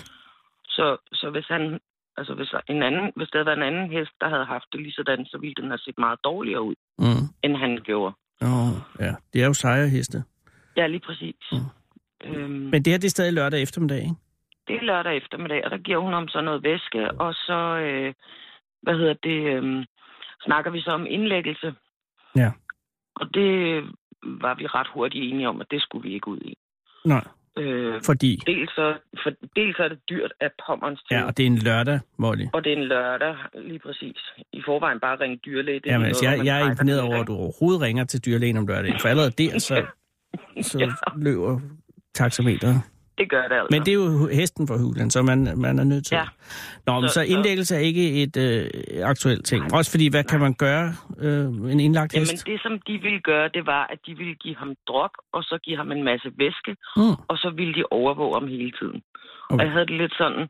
S8: Så, så hvis han, altså hvis, der- en anden, hvis der havde været en anden hest, der havde haft det lige sådan, så ville den have set meget dårligere ud,
S3: Mm.
S8: end han gjorde.
S3: Oh, ja, det er jo seje heste.
S8: Ja, lige præcis.
S3: Mm.
S8: Øhm,
S3: Men det her, det er stadig lørdag eftermiddag, ikke?
S8: det er lørdag eftermiddag, og der giver hun ham så noget væske, og så, øh, hvad hedder det, øh, snakker vi så om indlæggelse.
S3: Ja.
S8: Og det var vi ret hurtigt enige om, at det skulle vi ikke ud i.
S3: Nej,
S8: Øh,
S3: fordi...
S8: dels, så, for, dels så er det dyrt af pommerens til,
S3: Ja, og det er en lørdag, Molly.
S8: og det er en lørdag, lige præcis. I forvejen bare at ringe dyrlæge. Det er
S3: Jamen,
S8: noget,
S3: altså,
S8: hvor
S3: jeg,
S8: man
S3: jeg er
S8: trækker
S3: imponeret
S8: lidt,
S3: over, at
S8: ikke?
S3: du overhovedet ringer til dyrlægen om lørdagen, for allerede der, så, så
S8: Ja.
S3: løber taxameteret.
S8: Det gør det altså.
S3: Men det er jo hesten for hulen, så man, man er nødt til.
S8: Ja.
S3: Nå, men
S8: Så-
S3: så
S8: så-
S3: indlæggelse er ikke et øh, aktuelt ting.
S8: Nej.
S3: Også fordi, hvad kan man gøre øh, med en indlagt hest?
S8: Jamen, det som de ville gøre, det var, at de ville give ham drop, og så give ham en masse væske,
S3: Mm,
S8: og så ville de overvåge ham hele tiden. Okay. Og
S3: Okay.
S8: jeg havde det lidt sådan,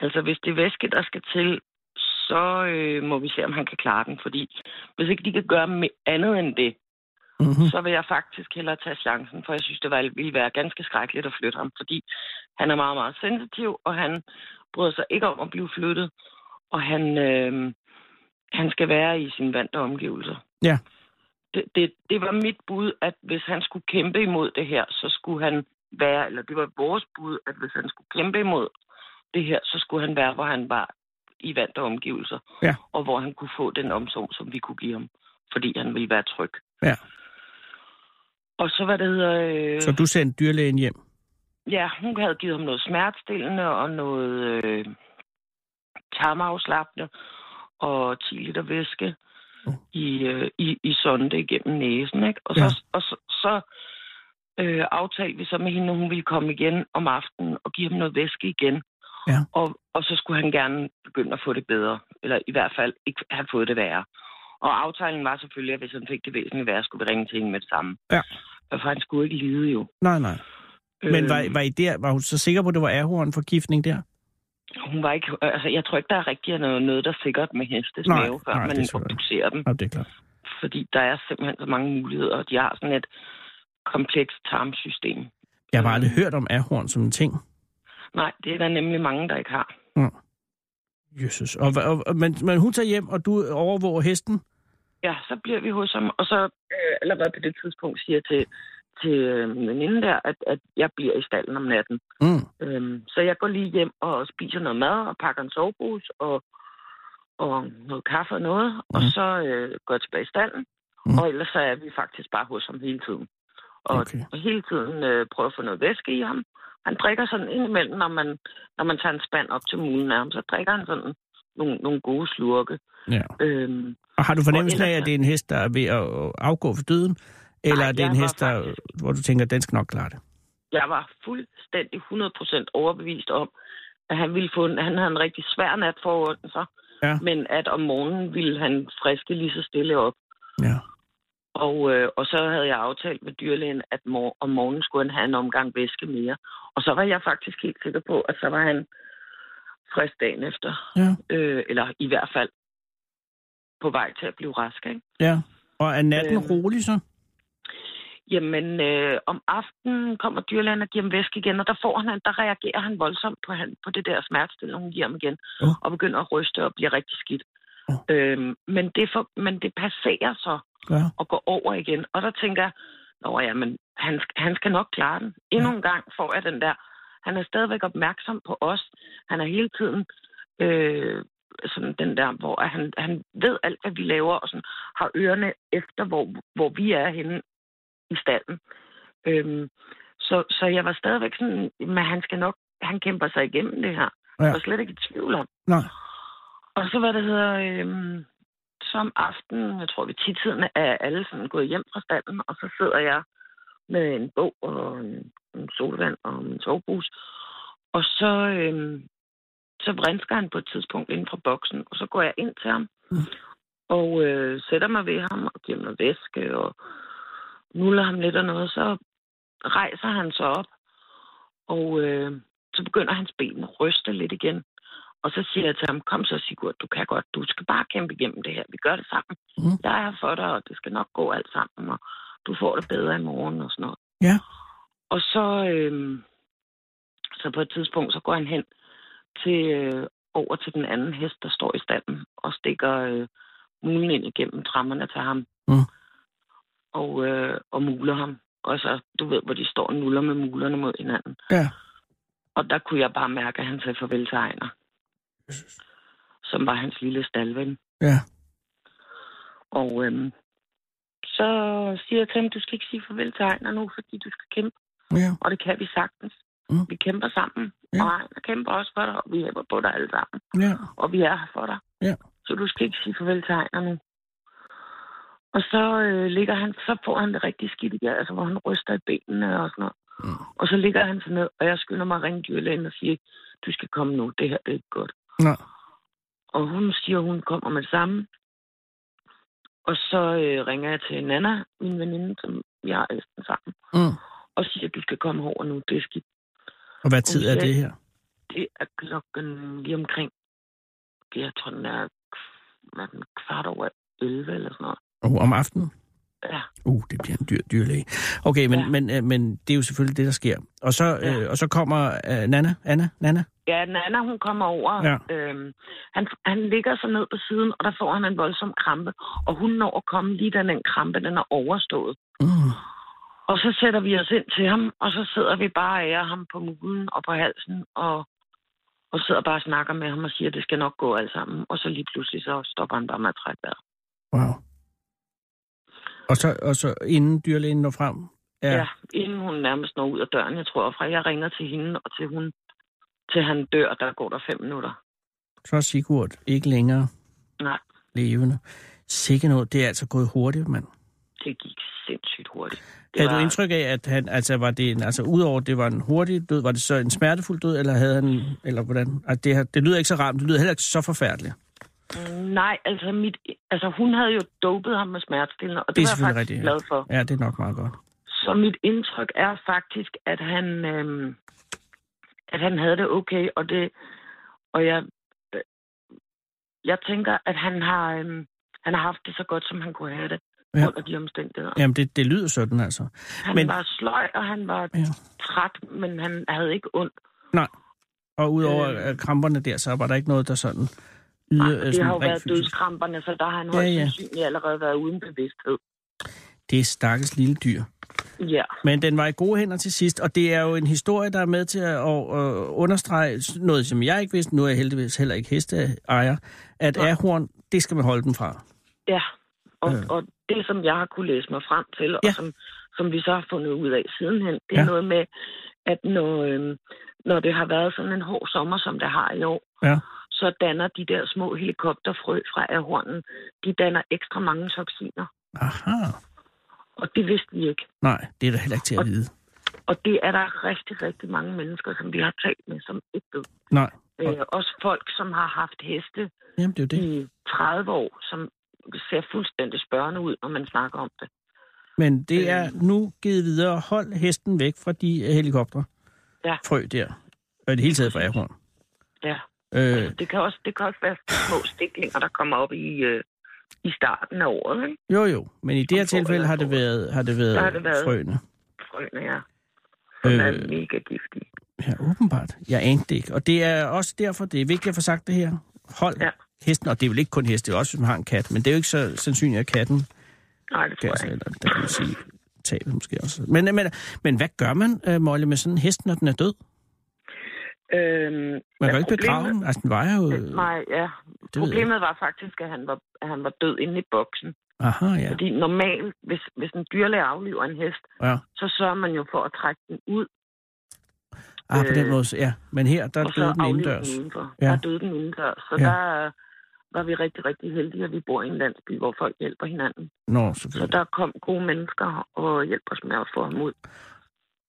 S8: altså hvis det er væske, der skal til, så øh, må vi se, om han kan klare den, fordi hvis ikke de kan gøre me- andet end det,
S3: mhm.
S8: så vil jeg faktisk hellere tage chancen, for jeg synes, det var- ville være ganske skrækkeligt at flytte ham, fordi han er meget, meget sensitiv, og han bryder sig ikke om at blive flyttet, og han, øh, han skal være i sine vante omgivelser.
S3: Ja.
S8: Det, det, det var mit bud, at hvis han skulle kæmpe imod det her, så skulle han være, eller det var vores bud, at hvis han skulle kæmpe imod det her, så skulle han være, hvor han var i vante omgivelser,
S3: Ja.
S8: og hvor han kunne få den omsorg, som vi kunne give ham, fordi han ville være tryg.
S3: Ja.
S8: Og så hvad det hedder... Øh,
S3: Så du sendte dyrlægen hjem?
S8: Ja, hun havde givet ham noget smertestillende og noget øh, tarmafslappende og 10 liter væske
S3: Mm.
S8: i, øh, i, i sonde igennem næsen. Ikke? Og så,
S3: Ja.
S8: ja. og så, så øh, aftalte vi så med hende, at hun ville komme igen om aftenen og give ham noget væske igen.
S3: Ja.
S8: Og, og så skulle han gerne begynde at få det bedre, eller i hvert fald ikke have fået det værre. Og aftalen var selvfølgelig, at hvis han fik det væsentligt værre, skulle vi ringe til hende med det samme.
S3: Ja.
S8: For han skulle ikke lide jo.
S3: Nej, nej. Men var,
S8: Øhm,
S3: var, I der, var hun så sikker på, at det var ahornforgiftning der?
S8: Hun var ikke, altså, jeg tror ikke, der er rigtig noget, noget der er sikkert med hestes
S3: Nej,
S8: mave, før
S3: nej, det
S8: man
S3: er selvfølgelig
S8: obducerer dem.
S3: Nå, det er klart.
S8: Fordi der er simpelthen så mange muligheder, og de har sådan et komplekst tarmsystem. Øh.
S3: Jeg har bare aldrig hørt om ahorn som en ting.
S8: Nej, det er der nemlig mange, der ikke har.
S3: Mm. Jesus. Og, og, og, men, men hun tager hjem, og du overvåger hesten?
S8: Ja, så bliver vi hos ham, og så øh, allerede på det tidspunkt siger jeg til, til øh, min veninde der, at, at jeg bliver i stallen om natten.
S3: Mm.
S8: Øhm, så jeg går lige hjem og spiser noget mad og pakker en sovepose og, og noget kaffe og noget, mm. og så øh, går jeg tilbage i stallen, mm. og ellers så er vi faktisk bare hos ham hele tiden. Og,
S3: Okay.
S8: og hele tiden øh, prøver at få noget væske i ham. Han drikker sådan indimellem, når man, når man tager en spand op til mulen af ham, så drikker han sådan nogle, nogle gode slurke.
S3: Ja.
S8: Øhm,
S3: Og har du fornemmelsen
S8: Og
S3: af,
S8: ellers-
S3: at det er en hest, der er ved at øh, afgå for døden? Eller
S8: Nej,
S3: er det en
S8: jeg var
S3: hest, der, hvor du tænker, den skal nok klare det?
S8: jeg var fuldstændig 100% overbevist om, at han ville få en, han havde en rigtig svær nat foran sig,
S3: Ja.
S8: men at om morgenen ville han friske lige så stille op.
S3: Ja.
S8: Og, øh, og så havde jeg aftalt med dyrlægen, at mor- om morgenen skulle han have en omgang væske mere. Og så var jeg faktisk helt sikker på, at så var han frisk dagen efter.
S3: Ja.
S8: Øh, eller i hvert fald på vej til at blive rask. Ikke?
S3: Ja. Og er natten
S8: Øhm.
S3: øh... rolig så?
S8: Jamen, øh, om aftenen kommer dyrlægen og giver ham væske igen, og der, får han, der reagerer han voldsomt på, han, på det der smertestillende, hun giver ham igen,
S3: Åh.
S8: og begynder at ryste og bliver rigtig skidt.
S3: Åh.
S8: Øhm, men, det for, men det passerer så
S3: Ja.
S8: og går over igen, og der tænker jeg, Nå ja, men han, sk- han skal nok klare den. Endnu en gang får jeg den der. Han er stadigvæk opmærksom på os. Han er hele tiden øh, sådan den der, hvor at han, han ved alt, hvad vi laver, og sådan, har ørerne efter, hvor, hvor vi er henne i stallen. Øhm, så, så jeg var stadigvæk sådan, men han skal nok, han kæmper sig igennem det her.
S3: Ja.
S8: Ja. Jeg var slet ikke i tvivl om.
S3: Nej.
S8: Og så hvad det hedder, øhm, som aften, jeg tror vi tiden er alle sådan gået hjem fra stallen, og så sidder jeg med en bog og en, en solvand og en sovebus. Og så, øhm, så vrinsker han på et tidspunkt inden fra boksen, og så går jeg ind til ham
S3: Mm.
S8: og øh, sætter mig ved ham og giver ham noget væske og nuller ham lidt og noget. Så rejser han sig op, og øh, så begynder hans ben at ryste lidt igen. Og så siger jeg til ham, kom så Sigurd, du kan godt, du skal bare kæmpe igennem det her, vi gør det sammen.
S3: Mm.
S8: Jeg er her for dig, og det skal nok gå alt sammen, og du får det bedre i morgen og sådan noget.
S3: Ja.
S8: Og så, øh, så på et tidspunkt, så går han hen til, øh, over til den anden hest, der står i standen, og stikker øh, mulen ind igennem trammerne til ham.
S3: Mm.
S8: Og, øh, og muler ham. Og så, du ved, hvor de står og nuller med mulerne mod hinanden.
S3: Ja.
S8: Og der kunne jeg bare mærke, at han sagde farvel til Ejner, som var hans lille stalven.
S3: Ja.
S8: Og øhm, så siger jeg til ham, du skal ikke sige farvel til Ejner nu, fordi du skal kæmpe.
S3: Ja.
S8: Og det kan vi sagtens.
S3: Mm.
S8: Vi kæmper sammen.
S3: Ja.
S8: Og Ejner kæmper også for dig, og vi hjælper på dig alle sammen.
S3: Ja.
S8: Og vi er her for dig.
S3: Ja.
S8: Så du skal ikke sige farvel til Ejner nu. Og så øh, ligger han, så får han det rigtig skidt igen, altså hvor han ryster i benene og sådan noget.
S3: Mm.
S8: Og så ligger han sig ned, og jeg skynder mig at ringe dyrlægen og siger, du skal komme nu, det her det er ikke godt.
S3: Nå.
S8: Og hun siger, hun kommer med det samme. Og så øh, ringer jeg til Nana, min veninde, som jeg har æsten sammen,
S3: Mm.
S8: og siger, du skal komme over nu, det er skidt.
S3: Og hvad tid er
S8: Okay.
S3: det her?
S8: Det er klokken lige omkring, det jeg tror, den er, kv- hvad er den, kvart over 11 eller sådan noget.
S3: Oh, om aftenen?
S8: Ja.
S3: Uh, det bliver en dyr dyrlæge. Okay, men, ja.
S8: Ja.
S3: men, øh, men det er jo selvfølgelig det, der sker. Og så,
S8: Ja.
S3: øh, og så kommer øh, Nana, Anna, Nana.
S8: Ja, Nana, hun kommer over.
S3: Ja.
S8: Øhm, han, han ligger så ned på siden, og der får han en voldsom krampe. Og hun når at komme lige da den krampe, den er overstået.
S3: Mm.
S8: Og så sætter vi os ind til ham, og så sidder vi bare og ærer ham på mulen og på halsen, og, og sidder bare og snakker med ham og siger, at det skal nok gå alt sammen. Og så lige pludselig, så stopper han bare med at trække vejret.
S3: Wow. Og så, og så inden dyrlægen når frem?
S8: Ja. ja. inden hun nærmest når ud af døren, jeg tror, fra jeg ringer til hende og til hun til han dør, der går der fem minutter.
S3: Så er Sigurd ikke længere
S8: Nej,
S3: levende. Sikke noget, det er altså gået hurtigt, mand.
S8: det gik sindssygt hurtigt. Det
S3: Havde
S8: var-
S3: du indtryk af, at han, altså var det en, altså udover at det var en hurtig død, var det så en smertefuld død, eller havde han, eller hvordan? Altså, det, her- det lyder ikke så ramt, det lyder heller ikke så forfærdeligt.
S8: Nej, altså, mit, altså hun havde jo dopet ham med smertestillende, og det,
S3: Det er
S8: var jeg faktisk
S3: selvfølgelig rigtigt, ja.
S8: glad for.
S3: Ja, det er nok meget godt.
S8: Så mit indtryk er faktisk, at han, øhm, at han havde det okay, og det, og jeg, øh, jeg tænker, at han har, øhm, han har haft det så godt, som han kunne have det,
S3: Ja.
S8: ja. under de omstændigheder. Ja,
S3: Jamen, det, det lyder sådan, altså.
S8: han
S3: men-
S8: men... var sløj, og han var
S3: Ja.
S8: ja. træt, men han havde ikke ondt.
S3: Nej. Og udover øh, kramperne der, så var der ikke noget, der sådan... øh,
S8: Yder, Nej, det sådan har jo været fysisk. dødskramperne, så der har han højst ja, ja. sandsynligt allerede været uden bevidsthed.
S3: Det er stakkels lille dyr.
S8: Ja.
S3: Men den var i gode hænder til sidst, og det er jo en historie, der er med til at øh, understrege noget, som jeg ikke vidste. Nu er jeg heldigvis heller ikke hesteejer. At ja. ahorn, det skal man holde dem fra.
S8: Ja, og, øh. og det, som jeg har kunne læse mig frem til, og ja. som, som vi så har fundet ud af sidenhen, det er ja. noget med, at når, øh, når det har været sådan en hård sommer, som det har i år,
S3: ja.
S8: så danner de der små helikopterfrø fra ahornen, de danner ekstra mange toksiner.
S3: Aha.
S8: Og det vidste vi ikke.
S3: Nej, det er da heller ikke til at
S8: og,
S3: vide.
S8: Og det er der rigtig, rigtig mange mennesker, som vi har talt med, som ikke ved.
S3: Nej.
S8: Og... Øh, mm. også folk, som har haft heste
S3: Jamen, det er det.
S8: i 30 år, som ser fuldstændig spørgende ud, når man snakker om det.
S3: Men det er øh. nu givet videre. Hold hesten væk fra de øh, helikopter.
S8: Ja.
S3: Frø der. Og det hele taget fra ahorn.
S8: Ja. Øh. Altså, det, kan også, det kan også være små stiklinger, der kommer op i... Øh i starten af året, ikke?
S3: Jo, jo. Men i det her tilfælde har det været, har det været,
S8: har det været
S3: frøene.
S8: Frøene, ja. Som øh, er mega giftige.
S3: Ja, åbenbart. Jeg anede det ikke. Og det er også derfor, det er vigtigt at få sagt det her. Hold ja. hesten, og det er vel ikke kun heste, det er også hvis man har en kat, men det er jo ikke så sandsynligt, at katten...
S8: Nej, det tror jeg ikke.
S3: Eller, der kan man sige tabet måske også. Men, men, men hvad gør man, øh, Molly, med sådan en hest, når den er død?
S8: Øhm,
S3: man kan jo ikke begrave ham. Altså, den vejer jo...
S8: Nej, ja. Det problemet var faktisk, at han var, at han var død inde i boksen.
S3: Aha, ja.
S8: Fordi normalt, hvis, hvis en dyrlæge afliver en hest,
S3: ja.
S8: så sørger man jo for at trække den ud.
S3: Ah, øh, på den måde, ja. Men her, der døde den indendørs.
S8: Den indenfor. Ja. Der døde den indendørs. Så ja. der øh, var vi rigtig, rigtig heldige, at vi bor i en landsby, hvor folk hjælper hinanden.
S3: Nå, selvfølgelig.
S8: Så der kom gode mennesker og hjælper os med at få ham ud.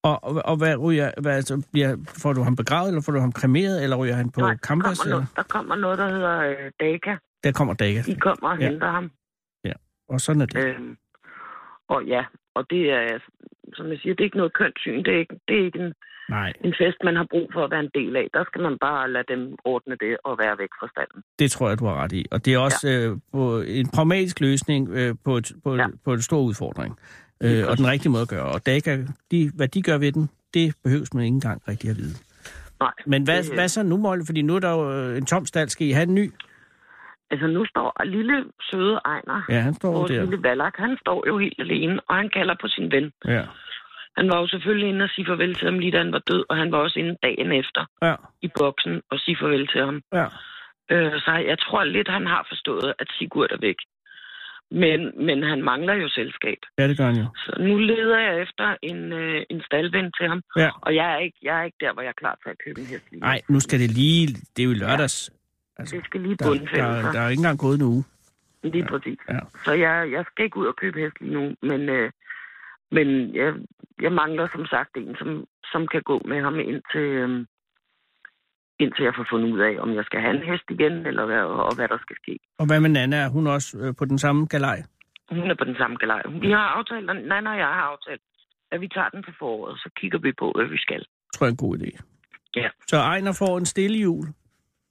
S3: Og, og, og hvad ryger, hvad, altså, bliver, får du ham begravet, eller får du ham kremeret, eller ryger han på
S8: Nej,
S3: campus?
S8: Der kommer, noget, der kommer noget, der hedder øh, Daka.
S3: Der kommer Daka.
S8: De kommer og ja. henter ham.
S3: Ja, og sådan er det.
S8: Øhm, og ja, og det er, som jeg siger, det er ikke noget kønt syn. Det er ikke, det er ikke en,
S3: Nej.
S8: en fest, man har brug for at være en del af. Der skal man bare lade dem ordne det og være væk fra standen.
S3: Det tror jeg, du har ret i. Og det er også ja. øh, på en pragmatisk løsning øh, på, et, på, ja. på en stor udfordring øh, og den rigtige måde at gøre. Og Daka, de, hvad de gør ved den, det behøves man ikke engang rigtig at vide.
S8: Nej.
S3: Men hvad, det, hvad så nu, Molle? Fordi nu er der jo øh, en tom stald. Skal I have en ny?
S8: Altså, nu står lille søde Ejner,
S3: ja, han står
S8: vores
S3: der.
S8: lille Valak, han står jo helt alene, og han kalder på sin ven.
S3: Ja.
S8: Han var jo selvfølgelig inde og sige farvel til ham, lige da han var død, og han var også inde dagen efter
S3: ja.
S8: i boksen og sige farvel til ham.
S3: Ja.
S8: Øh, så jeg tror lidt, han har forstået, at Sigurd er væk. Men, men han mangler jo selskab.
S3: Ja, det gør han jo.
S8: Så nu leder jeg efter en, øh, en staldven til ham.
S3: Ja.
S8: Og jeg er, ikke, jeg er ikke der, hvor jeg er klar til at købe en hest.
S3: Nej, nu skal det lige... Det er jo lørdags.
S8: Ja. Altså, det skal lige
S3: der, der, der, der er jo ikke engang gået en uge.
S8: Lige ja. præcis.
S3: Ja.
S8: Så jeg, jeg skal ikke ud og købe hest lige nu. Men, øh, men jeg, jeg mangler som sagt en, som, som kan gå med ham indtil... Øh, indtil jeg får fundet ud af, om jeg skal have en hest igen, eller hvad, og hvad der skal ske.
S3: Og hvad med Nana? Er hun også øh, på den samme galej?
S8: Hun er på den samme galej. Vi har aftalt, og Nana og jeg har aftalt, at vi tager den til foråret, så kigger vi på, hvad vi skal.
S3: Tror jeg er en god idé.
S8: Ja.
S3: Så Ejner får en stille jul?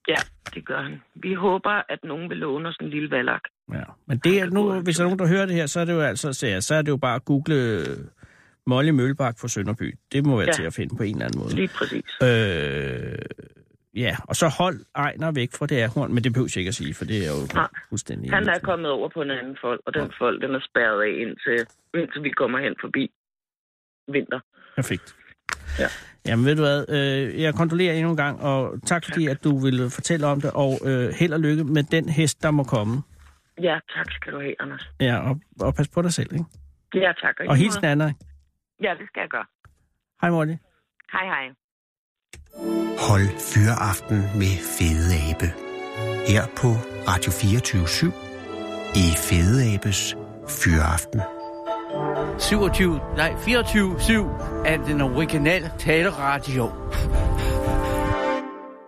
S8: Ja, det gør han. Vi håber, at nogen vil låne os en lille valak.
S3: Ja, men det er nu, hvis der er nogen, der hører det her, så er det jo altså, så, ja, så er det jo bare at google øh, Molly Mølbak fra Sønderby. Det må være ja. til at finde på en eller anden måde.
S8: Lige præcis.
S3: Øh, ja, og så hold Ejner væk fra det ahorn, men det behøver jeg ikke at sige, for det er jo Nej. fuldstændig...
S8: Han er kommet over på en anden fold, og den ja. fold, den er spærret af, indtil, indtil vi kommer hen forbi vinter.
S3: Perfekt.
S8: Ja.
S3: Jamen ved du hvad, øh, jeg kontrollerer endnu en gang, og tak fordi, at du ville fortælle om det, og øh, held og lykke med den hest, der må komme.
S8: Ja, tak skal du have, Anders.
S3: Ja, og, og pas på dig selv, ikke?
S8: Ja, tak.
S3: Og, og hils Nana.
S8: Ja, det skal jeg gøre.
S3: Hej, Molly.
S8: Hej, hej.
S5: Hold fyreaften med Fede Abe. Her på Radio 24 i Fede Abes Fyreaften.
S9: 27, nej, 24-7 af den originale taleradio.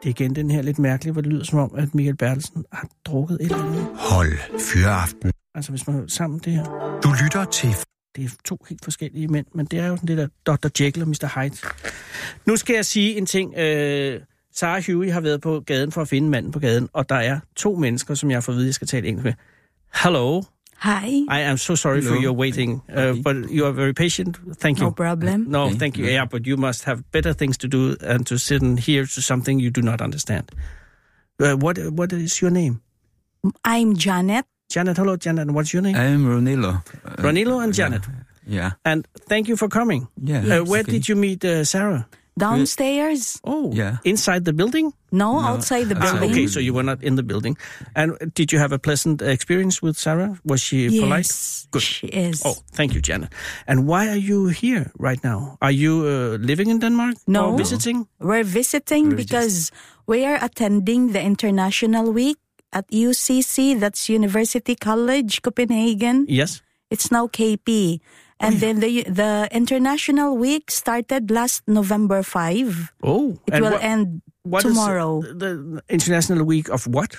S3: Det er igen den her lidt mærkelige, hvor det lyder som om, at Michael Bertelsen har drukket et eller andet.
S5: Hold fyreaften.
S3: Altså, hvis man hører sammen det her.
S5: Du lytter til
S3: det er to helt forskellige mænd, men det er jo sådan lidt af Dr. Jekyll og Mr. Hyde. Nu skal jeg sige en ting. Øh, Sarah Huey har været på gaden for at finde manden på gaden, og der er to mennesker, som jeg har fået at vide, jeg skal tale engelsk med. Hello.
S10: Hi.
S3: I am so sorry Hello. for your waiting, uh, but you are very patient. Thank you.
S10: No problem.
S3: No, okay. thank you. Yeah, but you must have better things to do and to sit and hear to something you do not understand. Uh, what What is your name?
S10: I'm Janet.
S3: Janet, hello, Janet. What's your name?
S11: I'm Ronilo.
S3: Uh, Ronilo and Janet.
S11: Yeah. yeah.
S3: And thank you for coming. Uh,
S11: Yeah. Yes.
S3: where okay. did you meet uh, Sarah?
S10: Downstairs.
S3: Oh, yeah. Inside the building?
S10: No, no. outside the building.
S3: Ah, okay, so you were not in the building. And did you have a pleasant experience with Sarah? Was she
S10: yes,
S3: polite?
S10: Good. She is.
S3: Oh, thank you, Janet. And why are you here right now? Are you uh, living in Denmark?
S10: No.
S3: visiting?
S10: We're visiting we're because just... we are attending the International Week at UCC, that's University College Copenhagen.
S3: Yes.
S10: It's now KP.
S3: Oh,
S10: And then the the International Week started last November 5.
S3: Oh,
S10: it will wha- end what tomorrow.
S3: the International Week of what?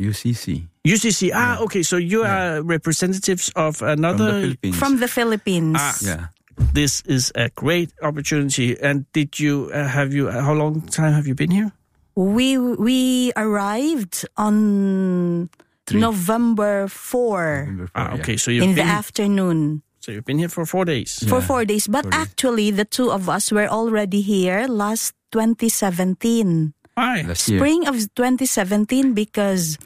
S11: UCC.
S3: UCC. Ah, yeah. okay. So you yeah. are representatives of another
S11: from the Philippines.
S10: From the Philippines.
S11: Ah, yeah.
S3: This is a great opportunity. And did you uh, have you? Uh, how long time have you been here?
S10: We we arrived on Three. November four.
S3: November 4 ah, okay. Yeah. So
S10: in the afternoon.
S3: So you've been here for four days.
S10: Yeah, for four days, but four actually days. the two of us were already here last 2017.
S3: Why?
S10: Spring of 2017 because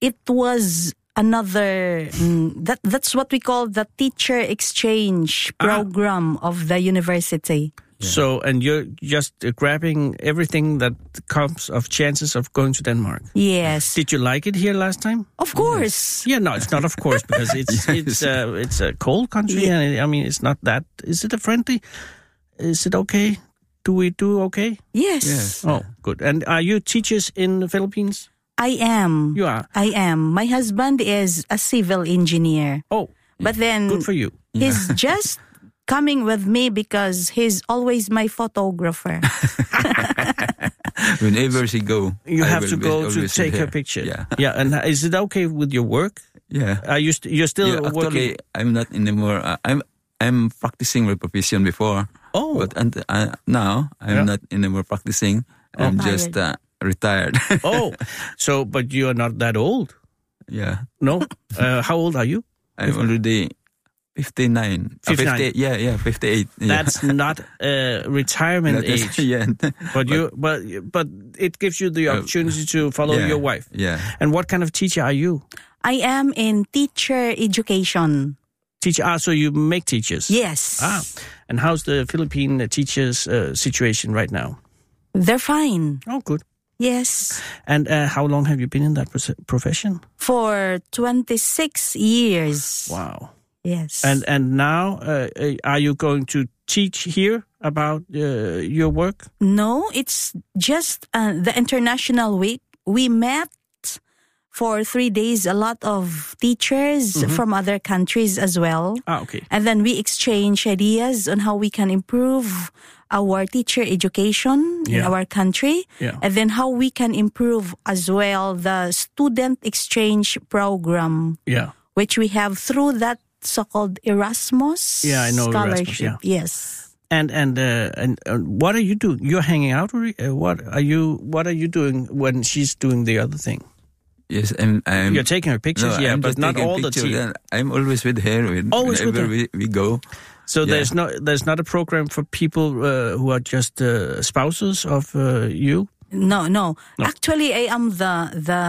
S10: it was another mm, that that's what we call the teacher exchange program ah. of the university.
S3: Yeah. So and you're just uh, grabbing everything that comes of chances of going to Denmark.
S10: Yes.
S3: Did you like it here last time?
S10: Of course.
S3: Yes. Yeah, no, it's not of course because it's yes. it's uh, it's a cold country yeah. and it, I mean it's not that. Is it a friendly? Is it okay? Do we do okay?
S10: Yes. yes.
S3: Oh, good. And are you teachers in the Philippines?
S10: I am.
S3: You are.
S10: I am. My husband is a civil engineer.
S3: Oh.
S10: But then
S3: good for you.
S10: He's yeah. just coming with me because he's always my photographer.
S11: Whenever she go,
S3: you I have to go to take her picture.
S11: Yeah,
S3: yeah. And is it okay with your work?
S11: Yeah.
S3: Are you st- you're still
S11: yeah,
S3: working?
S11: I'm not anymore. Uh, I'm I'm practicing repetition before.
S3: Oh,
S11: but and, uh, now I'm yeah. not anymore practicing. Oh. I'm just uh, retired.
S3: oh, so but you are not that old.
S11: Yeah.
S3: No. Uh, how old are you?
S11: I'm already 59. 59. 50, yeah, yeah, 58. Yeah.
S3: That's not uh, retirement age.
S11: yeah.
S3: But, but, you but but it gives you the opportunity to follow
S11: Oh, yeah,
S3: Oh, your wife.
S11: Yeah.
S3: And what kind of teacher are you?
S10: I am in teacher education.
S3: Teacher, ah, so you make teachers?
S10: Yes.
S3: Ah, and how's the Philippine teachers' uh, situation right now?
S10: They're fine.
S3: Oh, good.
S10: Yes.
S3: And uh, how long have you been in that profession?
S10: For 26 years.
S3: Wow.
S10: Yes.
S3: And and now, uh, are you going to teach here about uh, your work?
S10: No, it's just uh, the International Week. We met for three days. A lot of teachers mm-hmm. from other countries as well.
S3: Ah, okay.
S10: And then we exchange ideas on how we can improve our teacher education yeah. in our country
S3: yeah.
S10: and then how we can improve as well the student exchange program
S3: yeah.
S10: which we have through that so-called Erasmus
S3: yeah, I know
S10: scholarship.
S3: Erasmus,
S10: yeah. Yes.
S3: And and, uh, and and what are you doing? You're hanging out. Uh, what are you? What are you doing when she's doing the other thing?
S11: Yes, I'm. I'm
S3: You're taking her pictures,
S11: no,
S3: yeah,
S11: I'm
S3: but not all the
S11: time. I'm always with her. When,
S3: always
S11: whenever
S3: with her.
S11: We, we go.
S3: So yeah. there's no there's not a program for people uh, who are just uh, spouses of uh, you.
S10: No, no, no. Actually, I am the the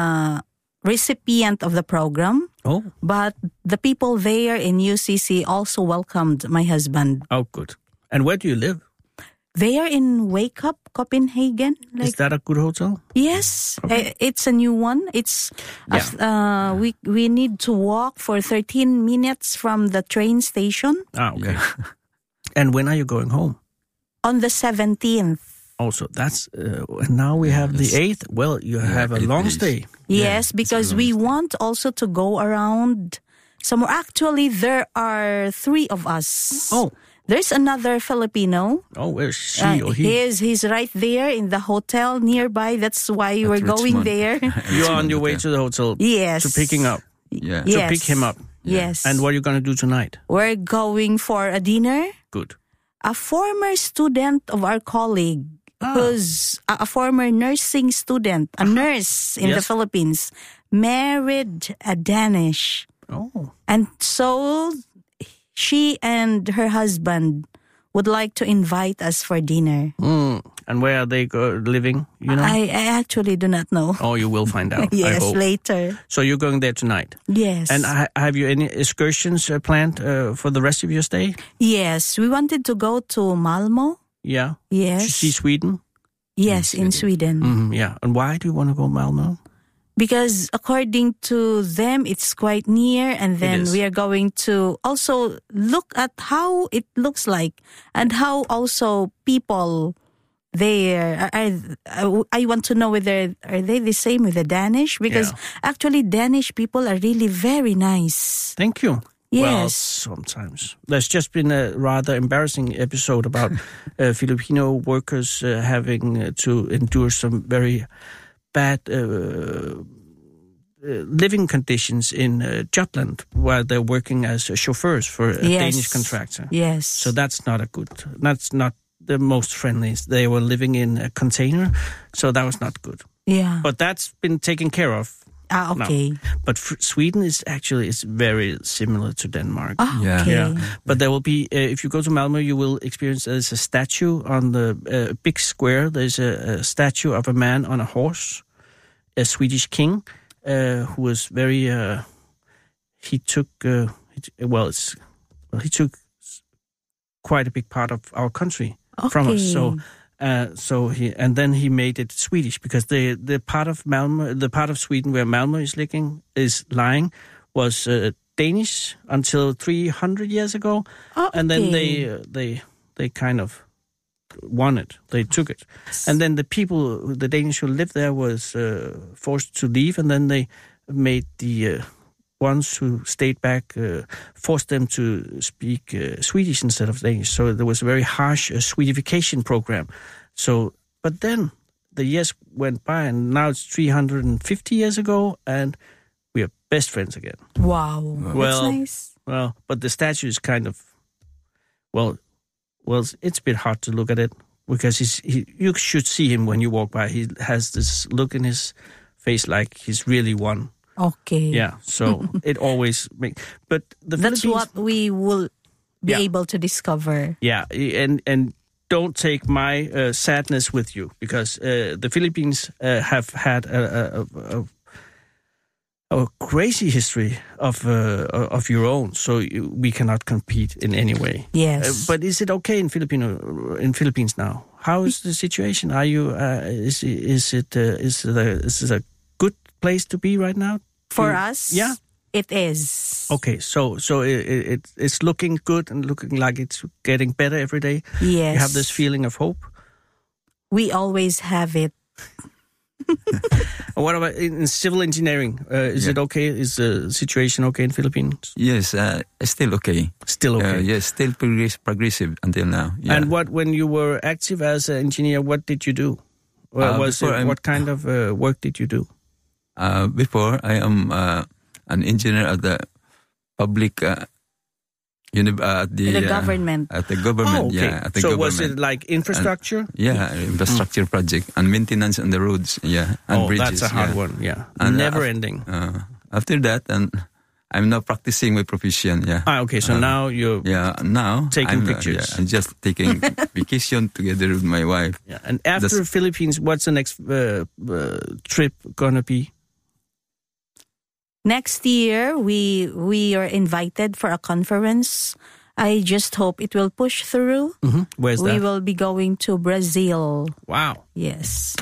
S10: recipient of the program.
S3: Oh.
S10: But the people there in UCC also welcomed my husband.
S3: Oh, good. And where do you live?
S10: They are in Wake Up, Copenhagen.
S3: Like, Is that a good hotel?
S10: Yes, okay. it's a new one. It's yeah. uh, we we need to walk for thirteen minutes from the train station.
S3: Ah, okay. and when are you going home?
S10: On the seventeenth
S3: also that's uh, now we have the eighth well you yeah, have a long days. stay
S10: yes yeah, because we stay. want also to go around somewhere actually there are three of us
S3: oh
S10: there's another filipino
S3: oh where's she uh, or he?
S10: he is he's right there in the hotel nearby that's why that's we're Richmond. going there
S3: you're on your way to the hotel
S10: yes
S3: to picking up
S11: yeah
S3: to
S10: yes.
S3: pick him up
S10: yes
S3: and what are you going to do tonight
S10: we're going for a dinner
S3: good
S10: a former student of our colleague Ah. who's a, former nursing
S3: Ah.
S10: student, a nurse in yes. the Philippines, married a Danish. Oh. And so she and her husband would like to invite us for dinner.
S3: Mm. And where are they go, living? You know,
S10: I, I actually do not know.
S3: Oh, you will find out.
S10: yes, later.
S3: So you're going there tonight.
S10: Yes.
S3: And ha- have you any excursions uh, planned uh, for the rest of your stay?
S10: Yes, we wanted to go to Malmo.
S3: Yeah.
S10: Yes.
S3: See Sweden.
S10: Yes, in Sweden.
S3: Mm-hmm, yeah. And why do you want to go Malmo?
S10: Because according to them, it's quite near, and then we are going to also look at how it looks like and how also people there are, are, I want to know whether are they the same with the Danish because yeah. actually Danish people are really very nice.
S3: Thank you.
S10: Yes.
S3: Well, sometimes. There's just been a rather embarrassing episode about uh, Filipino workers uh, having to endure some very bad uh, living conditions in uh, Jutland while they're working as chauffeurs for a yes. Danish contractor.
S10: Yes.
S3: So that's not a good, that's not the most friendly. They were living in a container, so that was not good.
S10: Yeah.
S3: But that's been taken care of.
S10: Ah, okay.
S3: No. But Sweden is actually is very similar to Denmark.
S10: Ah, yeah. Okay. yeah.
S3: But there will be uh, if you go to Malmo, you will experience uh, there's a statue on the uh, big square. There's a, a, statue of a man on a horse, a Swedish king, uh, who was very. uh, he took uh, well, it's well, he took quite a big part of our country okay. from us. So. Uh, so he and then he made it Swedish because the the part of Malmo, the part of Sweden where Malmo is lying, is lying, was uh, Danish until 300 years ago,
S10: okay.
S3: and then they uh, they they kind of won it. They took it, and then the people, the Danish who lived there, was uh, forced to leave, and then they made the uh, ones who stayed back uh, forced them to speak uh, Swedish instead of Danish. So there was a very harsh uh, Swedification program. So, but then the years went by, and now it's 350 years ago, and we are best friends again.
S10: Wow,
S3: well, nice. well, but the statue is kind of well, well, it's a bit hard to look at it because he's he, you should see him when you walk by. He has this look in his face like he's really won.
S10: Okay.
S3: Yeah. So it always makes. But the
S10: that's what we will be yeah. able to discover.
S3: Yeah, and and don't take my uh, sadness with you because uh, the Philippines uh, have had a, a, a, a. crazy history of uh, of your own, so you, we cannot compete in any way. Uh,
S10: Yes,
S3: but is it okay in Filipino in Philippines now? How is the situation? Are you uh, is is it uh, is the is it a good place to be right now?
S10: For you, us,
S3: yeah,
S10: it is.
S3: Okay, so so it, it, it's looking good and looking like it's getting better every day.
S10: Yes,
S3: you have this feeling of hope.
S10: We always have it.
S3: what about in civil engineering? Uh, is yeah. it okay? Is the situation okay in Philippines?
S11: Yes, uh, still okay.
S3: Still okay. Uh,
S11: yes, still progressive until now. Yeah.
S3: And what when you were active as an engineer, what did you do? Well, was it, what kind of work did you do?
S11: Uh, before I am uh, an engineer at the public uh, uni- uh, at the,
S10: the government
S11: at the government oh, okay. yeah at the
S3: so
S11: government.
S3: was it like infrastructure
S11: and, yeah infrastructure mm. project and maintenance on the roads yeah and
S3: oh,
S11: bridges
S3: that's a hard
S11: yeah. uh,
S3: one yeah and never ending
S11: after that and I'm now practicing my profession yeah
S3: ah, okay so now you're
S11: uh, yeah now
S3: taking
S11: I'm, uh,
S3: pictures yeah,
S11: I'm just taking vacation together with my wife
S3: yeah and after that's, Philippines what's the next uh, trip gonna be
S10: next year we we are invited for a conference i just hope it will push through
S3: mm-hmm. where's
S10: we
S3: that?
S10: will be going to brazil
S3: wow
S10: yes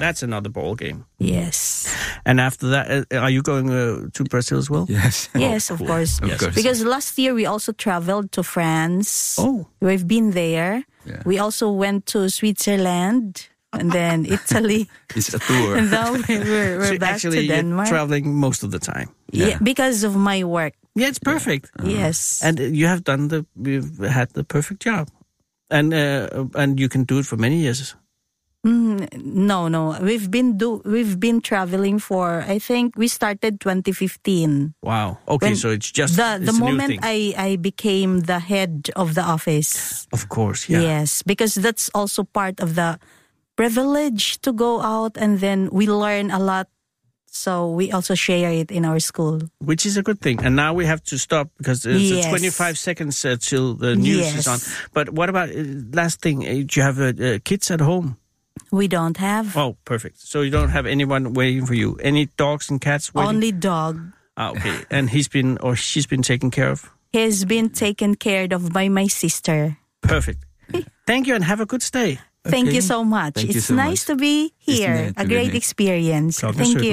S3: that's another ball game.
S10: Yes.
S3: And after that, are you going uh, to Brazil as well?
S11: Yes.
S10: yes, oh, cool. of course.
S11: Of yes. course.
S10: Because last year we also traveled to France.
S3: Oh.
S10: We've been there.
S11: Yeah.
S10: We also went to Switzerland and then Italy.
S11: it's a tour.
S10: and now we're, we're so back
S3: actually,
S10: to Denmark.
S3: You're traveling most of the time.
S10: Yeah. yeah because of my work.
S3: Yeah, it's perfect.
S10: Yeah. Uh-huh. Yes,
S3: and you have done the you've had the perfect job, and uh, and you can do it for many years.
S10: Mm, no, no, we've been do we've been traveling for I think we started 2015.
S3: Wow. Okay, so it's just
S10: the
S3: it's
S10: the moment
S3: new thing.
S10: I I became the head of the office.
S3: Of course, yeah.
S10: Yes, because that's also part of the privilege to go out and then we learn a lot So we also share it in our school.
S3: Which is a good thing. And now we have to stop because it's yes. 25 seconds uh, till the news yes. is on. But what about uh, last thing? Uh, do you have kids at home?
S10: We don't have.
S3: Oh, perfect. So you don't have anyone waiting for you. Any dogs and cats waiting?
S10: Only dog.
S3: Ah, okay. and he's been or she's been taken care of?
S10: He's been taken care of by my sister.
S3: Perfect. Thank you and have a good stay.
S10: Okay. Thank you so much. Thank it's so nice much. to be here. A great experience. Thank you.